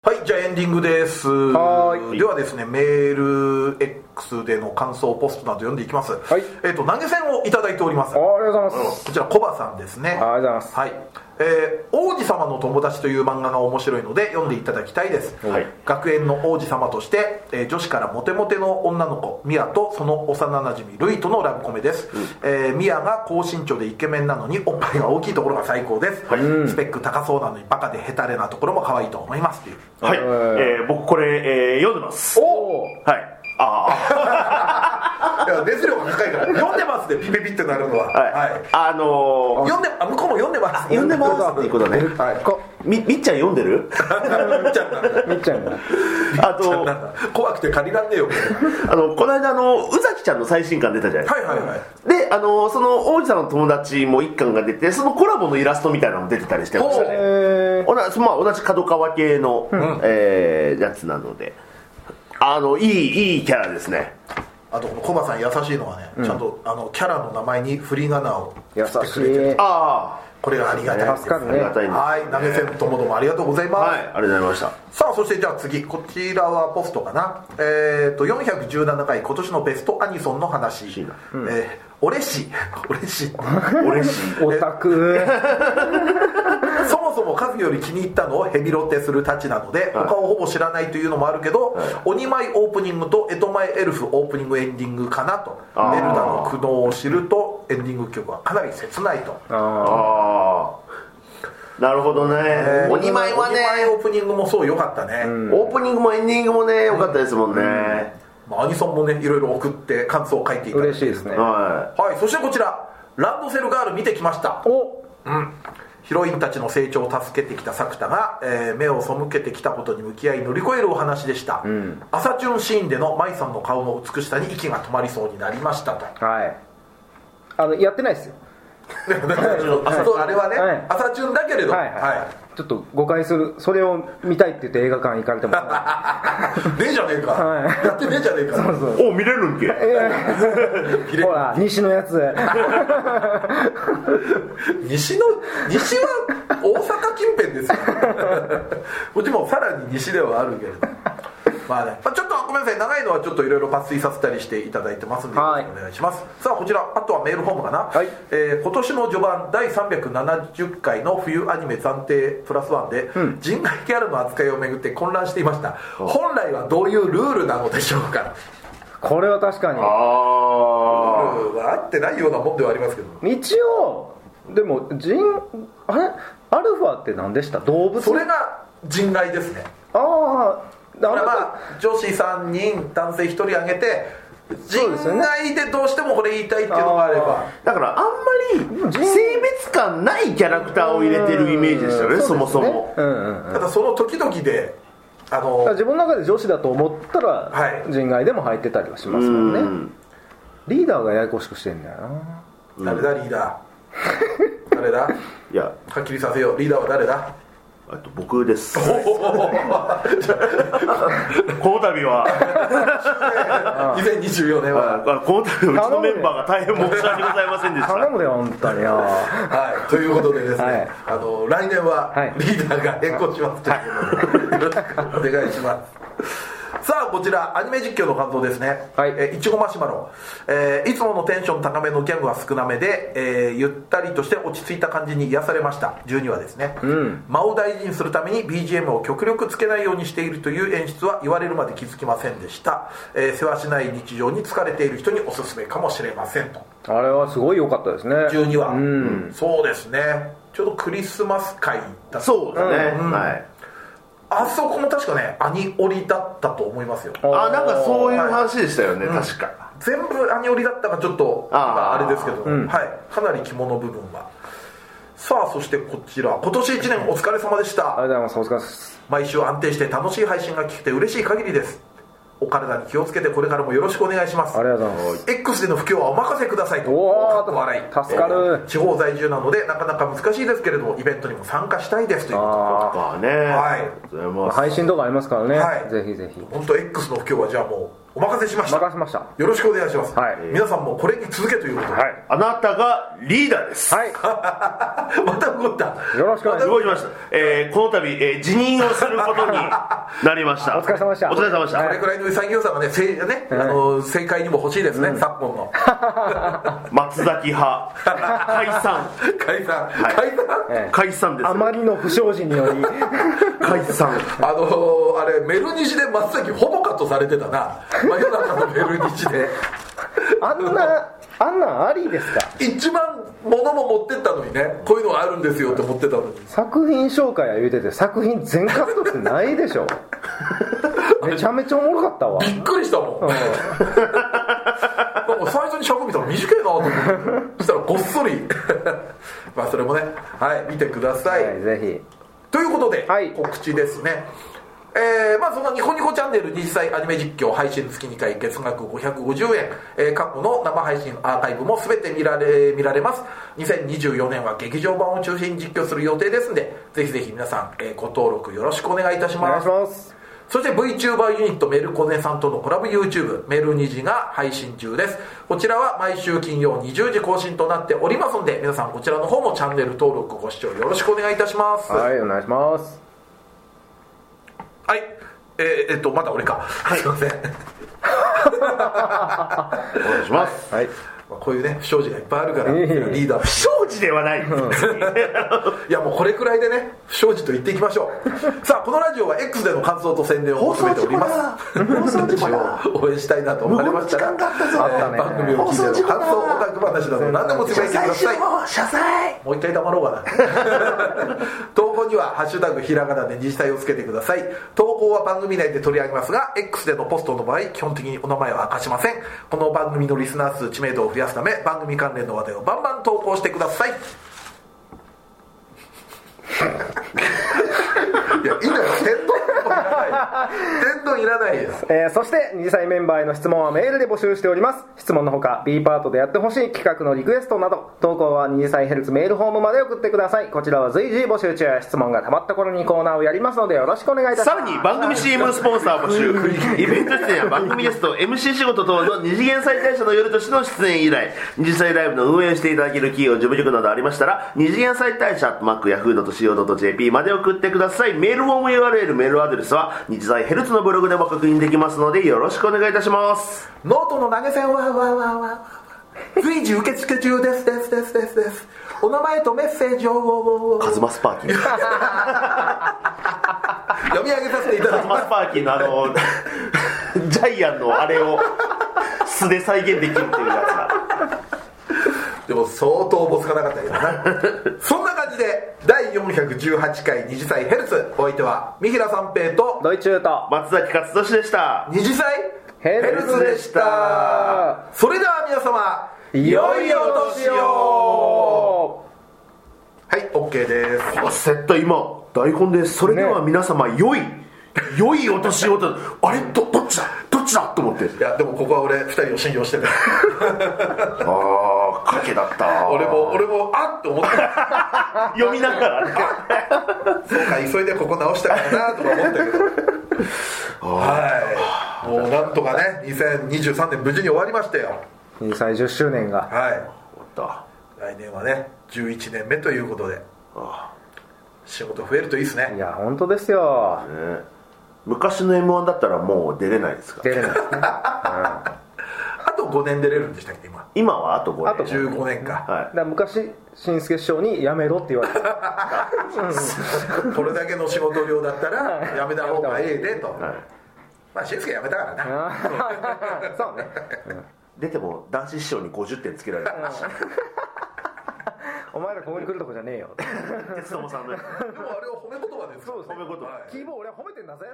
A: はいじゃあエンディングです
B: はーい
A: ではですねメール X での感想ポストなど読んでいきます、
B: い
A: えっ、と投げ銭をいただいております
B: ありがとうございま
A: こ
B: す
A: ちらコバさんですね
B: ありがとうございます
A: はいえー王子様の友達」という漫画が面白いので読んでいただきたいです、
C: はい
A: 学園の王子様として、えー女子からモテモテの女の子ミアとその幼なじみルイとのラブコメです、えーミアが高身長でイケメンなのにおっぱいが大きいところが最高です、スペック高そうなのにバカでヘタレなところも可愛いと思いますっていう
C: はい、
B: え
C: え
B: ー
C: ー僕これ、えー読んでます
B: お
C: はいあ
A: いや熱量が高いから読んでますでピピピってなるのは
C: あはい、あのー、
A: 読んであ向こうも読んでます
C: 読んでますっていうことね
A: はい
B: こ
C: みみっちゃん読ん
A: <laughs>
C: でる
A: みっ <laughs> ちゃんなんだ
B: みっちゃんが
C: あ
A: なん
C: と
A: だ怖くて借りらんねえよこれ
C: あのこの間あの宇崎ちゃんの最新刊出たじゃないですか、
A: はいはいはい
C: であのその王子さんの友達も一巻が出てそのコラボのイラストみたいなのも出てたりしてましたね
B: えー
C: 同じ,、まあ、同じ角川系の、えーやつなのであのいいいいキャラですね
A: あとこのコバさん優しいのはね、ちゃんとあのキャラの名前に振り仮名を
B: 優
A: 振ってくれてる
B: しい
C: あ
A: これがありがたいです
B: 助かる
C: ああ
B: ね
C: りがたいです
A: はい投げ銭ともどもありがとうございます、
C: はいありがとうございました
A: さあそしてじゃあ次こちらはポストかなえっ、と417回今年のベストアニソンの話
C: いな
A: えー俺 <laughs> 氏俺氏
C: 俺し
B: オタク
A: そもそも数より気に入ったのをヘビロテするたちなので、他をほぼ知らないというのもあるけど、鬼舞オープニングと江戸前エルフオープニングエンディングかなと
C: あ
A: エ
C: ー
A: ルダの苦悩を知るとエンディング曲はかなり切ないと
B: あ
C: ああなるほどね、鬼舞はね
A: 鬼舞オープニングもそう良かったね、
C: オープニングもエンディングもね良かったですもんね、
A: まあ、アニソンもねいろいろ送って感想を書いてい
B: ー
A: ただいて
B: 嬉しいですね
C: は
A: はいそしてこちらランドセルガール見てきました
B: お
A: ヒロインたちの成長を助けてきた作田が、えー目を背けてきたことに向き合い乗り越えるお話でした、朝チュンシーンでの舞さんの顔の美しさに息が止まりそうになりましたと
B: はいあのやってないですよ
A: そうあれはね、
B: はい
A: 朝チュンだけれど、
B: はいはいちょっと誤解するそれを見たいって言って映画館行かれても
A: はいねえじゃねえか、
B: はい
A: やってねえじゃねえか
B: そうそう
C: いお見れるんけ
A: 切れ
B: ほら西のやつ
A: 西の西は大阪近辺ですよ <laughs> こっちもさらに西ではあるけれどまあね、まあ、ちょっとごめんなさい長いのはちょっといろいろ抜粋させたりしていただいてますんで、
B: はい
A: お願いしますさあこちらあとはメールフォームかな、
B: はい
A: えー今年の序盤第370回の冬アニメ暫定プラスワンで、人外キャラの扱いをめぐって混乱していました本来はどういうルールなのでしょうか
B: これは確かに
A: ルール
C: ああ
A: は合ってないようなもんではありますけど
B: 一応でも人あれアルファって何でした動物
A: それが人外ですね
B: ああだ
A: こ
B: か
A: れ
B: ら
A: は女子3人男性1人挙げて
B: そう
A: 人
B: ですよね
A: 外でどうしてもこれ言いたいっていうのがあれば
C: だからあんまり性別感ないキャラクターを入れてるイメージでしたよねそもそも
B: うんうんうん
A: ただその時々であの
B: だから自分の中で女子だと思った
A: は
B: ら
A: い
B: 人外でも入ってたりはしますも
C: うん
B: ね
C: ん
B: リーダーがややこしくしてんだよな
A: 誰だリーダー誰だ
C: いや
A: はっきりさせようリーダーは誰
B: <laughs>
A: だ
C: あと僕ですこの度は
A: <laughs> 2024年は
C: あこの度はうちのメンバーが大変申し訳ございませんでした
B: 頼むよ本当によ
A: はいということでですね、
B: はい
A: あの来年は
B: はい
A: リーダーが変更しますということで、よろしくお願いしますさあこちらアニメ実況の感想ですね
B: はい
A: えーいちごマシュマロ、えーいつものテンション高めのギャグは少なめで、えーゆったりとして落ち着いた感じに癒されました12話ですね、間を大事にするために BGM を極力つけないようにしているという演出は言われるまで気づきませんでした、えー、世話しない日常に疲れている人におすすめかもしれませんと
B: あれはすごい良かったですね
A: 12話、
B: うん
A: そうですねちょうどクリスマス会だった
C: そうだね、はい
A: あそこも確かねアニオリだったと思いますよ
C: あなんかそういう話でしたよね、確か
A: 全部兄寄りだったかちょっと
C: あー
A: 今あれですけど、
B: ん
A: はい、かなり肝の部分はさあそしてこちら今年1年お疲れ様でし
B: あ
A: た
B: りがとうございますお疲れ様です
A: 毎週安定して楽しい配信が聞けて嬉しい限りですお体に気をつけてこれからもよろしくお願いします
B: ありがとうございます
A: X での不況はお任せくださいと
B: おー
A: かっこ笑い
B: 助かる
A: えー地方在住なのでなかなか難しいですけれどもイベントにも参加したいですという
B: ああ
C: まあね、
A: はい
C: ありがとうございます
B: 配信とかありますからね、
A: はい
B: ぜひぜひ
A: 本当 X の不況はじゃあもうお任せしました
B: 任せましたは
A: よろしくお願いします、
B: はい
A: 皆さんもこれに続けということで、
B: い
C: あなたがリーダーです
B: はい
A: <laughs> また動いた
B: よろしくお願いしま
C: 動きました、えーこの度、えー辞任をする
A: <laughs>
C: ことになりました
B: お疲れ様でした
C: お疲れ様でした、
A: これくらいの潔さがねせいね、あの正解にも欲しいですね、昨今の
C: 松崎派解散
A: 解散、
C: い
A: 解散、
B: す、ええ
C: 解散です
B: あまりの不祥事により
C: 解散
A: あのーあれメルニジで真っ先ほぼカットされてたな真夜中のメルニジ
B: <laughs>
A: で
B: あんなあんなんありですか
A: 一番物も持ってったのにねこういうのがあるんですよって持ってたのに
B: 作品紹介は言うてて作品全カットってないでしょめちゃめちゃおもろかったわ
A: びっくりしたもん、なんか <laughs> 最初に尺見たら短いなと思ってそしたらごっそり <laughs> まあそれもねはい見てください、
B: はい、ぜ
A: ということで、
B: はい
A: 告知ですねえーまあ、そのニコニコチャンネル実際アニメ実況配信月2回月額550円、えー過去の生配信アーカイブも全て見られ見られます2024年は劇場版を中心に実況する予定ですのでぜひぜひ皆さん、えーご登録よろしくお願いいたし
B: ひお願
A: ま
B: い
A: す
B: します
A: そして VTuber ユニットメルコネさんとのコラボ YouTube メルニジが配信中ですこちらは毎週金曜20時更新となっておりますので皆さんこちらの方もチャンネル登録ご視聴よろしくお願いいたします
B: はいお願いします
A: はい。えーえっと、まだ俺か。すいません。
C: お願いします、
B: はい
A: まあこういうね、不祥事がいっぱいあるから、
B: え
A: リ
B: いえいえ
A: ーダー
C: 不祥事ではない、
A: いや、もうこれくらいでね、不祥事と言っていきましょう。さあ、このラジオは X での活動と宣伝を求めております。放送事故 <laughs> 応援したいなと思われましたら、
B: あったね
A: 番組を聞いての感想、オタク話など何でもつぶやいてください。
C: 謝罪
A: もう一回黙ろうかな <laughs> 投稿には「ハッシュタグひらがな」で自治体をつけてください投稿は番組内で取り上げますが X でのポストの場合基本的にお名前は明かしませんこの番組のリスナー数知名度を増やすため番組関連の話題をバンバン投稿してくだ <laughs> さいいやいいのよ天丼いらない天丼いらないよ
B: えーそして2歳メンバーへの質問はメールで募集しております質問のほか B パートでやってほしい企画のリクエストなど投稿は2歳ヘルツメールホームまで送ってくださいこちらは随時募集中質問がたまった頃にコーナーをやりますのでよろしくお願いいたし
C: さ
B: ます
C: らに番組 CM スポンサー募集イベント出演や番組ゲスト MC 仕事等の二次元再大社の夜としての出演以来二次祭ライブの運営をしていただける企業事務局などありましたら二次元再大社マックヤフードと CO.jp まで送ってくださいメールフォーム URL メールアドレスは二次祭ヘルツのブログでも確認できますのでよろしくお願いいたします
A: ノートの投げ銭はわわわわ随時受付中ですですですですですお名前とメッセージををを
C: カズマスパーキン
A: 読み上げさせていただ
C: カ
A: き
C: ズ
A: ま
C: マ
A: す
C: スパーキンのあ <laughs> のジャイアンのあれを素で再現できるっていうやつだ
A: でも相当おぼつかなかったけどなそんな感じで第418回二次祭ヘルツお相手は三平三平と
B: ドイチューと
C: 松崎勝利でした
A: 二次祭
B: ヘルツでした
A: それでは皆様良いお年をはい OK です
C: このセット今台本で「それでは
B: ね
C: 皆様良い良いお年を」とあれどどっちだどっちだと思って
A: いやでもここは俺2人を信用してる
C: ああ賭けだった
A: 俺も俺もあっと思った
C: 読みながらね
A: そうか急いでここ直したからなとか思ったけどはいもうなんとかね2023年無事に終わりましたよ
B: 2歳10周年が
A: は
C: 終わった
A: い来年はね11年目ということで
C: あ
A: 仕事増えるといいです
B: い
A: ね
B: や本当ですよ
C: ーね昔の m 1だったらもう出れないですから
B: 出れないですね、うん、
A: あと5年出れるんでしたっけ今
C: 今はあと5
B: あと
C: 年
A: 15年
C: <laughs>
A: か
B: だ
C: は
B: から昔紳助師匠に「やめろ」って言われて <laughs>
A: これだけの仕事量だったらやめた方がええでと
C: い、はい、
A: まあしんすけやめたからな
B: た <laughs> そうね
C: 出ても男子師匠に50点つけられる
B: <laughs> お前らここに来るとこじゃねえよ
C: 鉄友さんの
A: でもあれは褒め言葉ですよ
B: そうですね
C: 褒め言葉
A: はい
B: <laughs> キーボー俺は褒めてんだぜ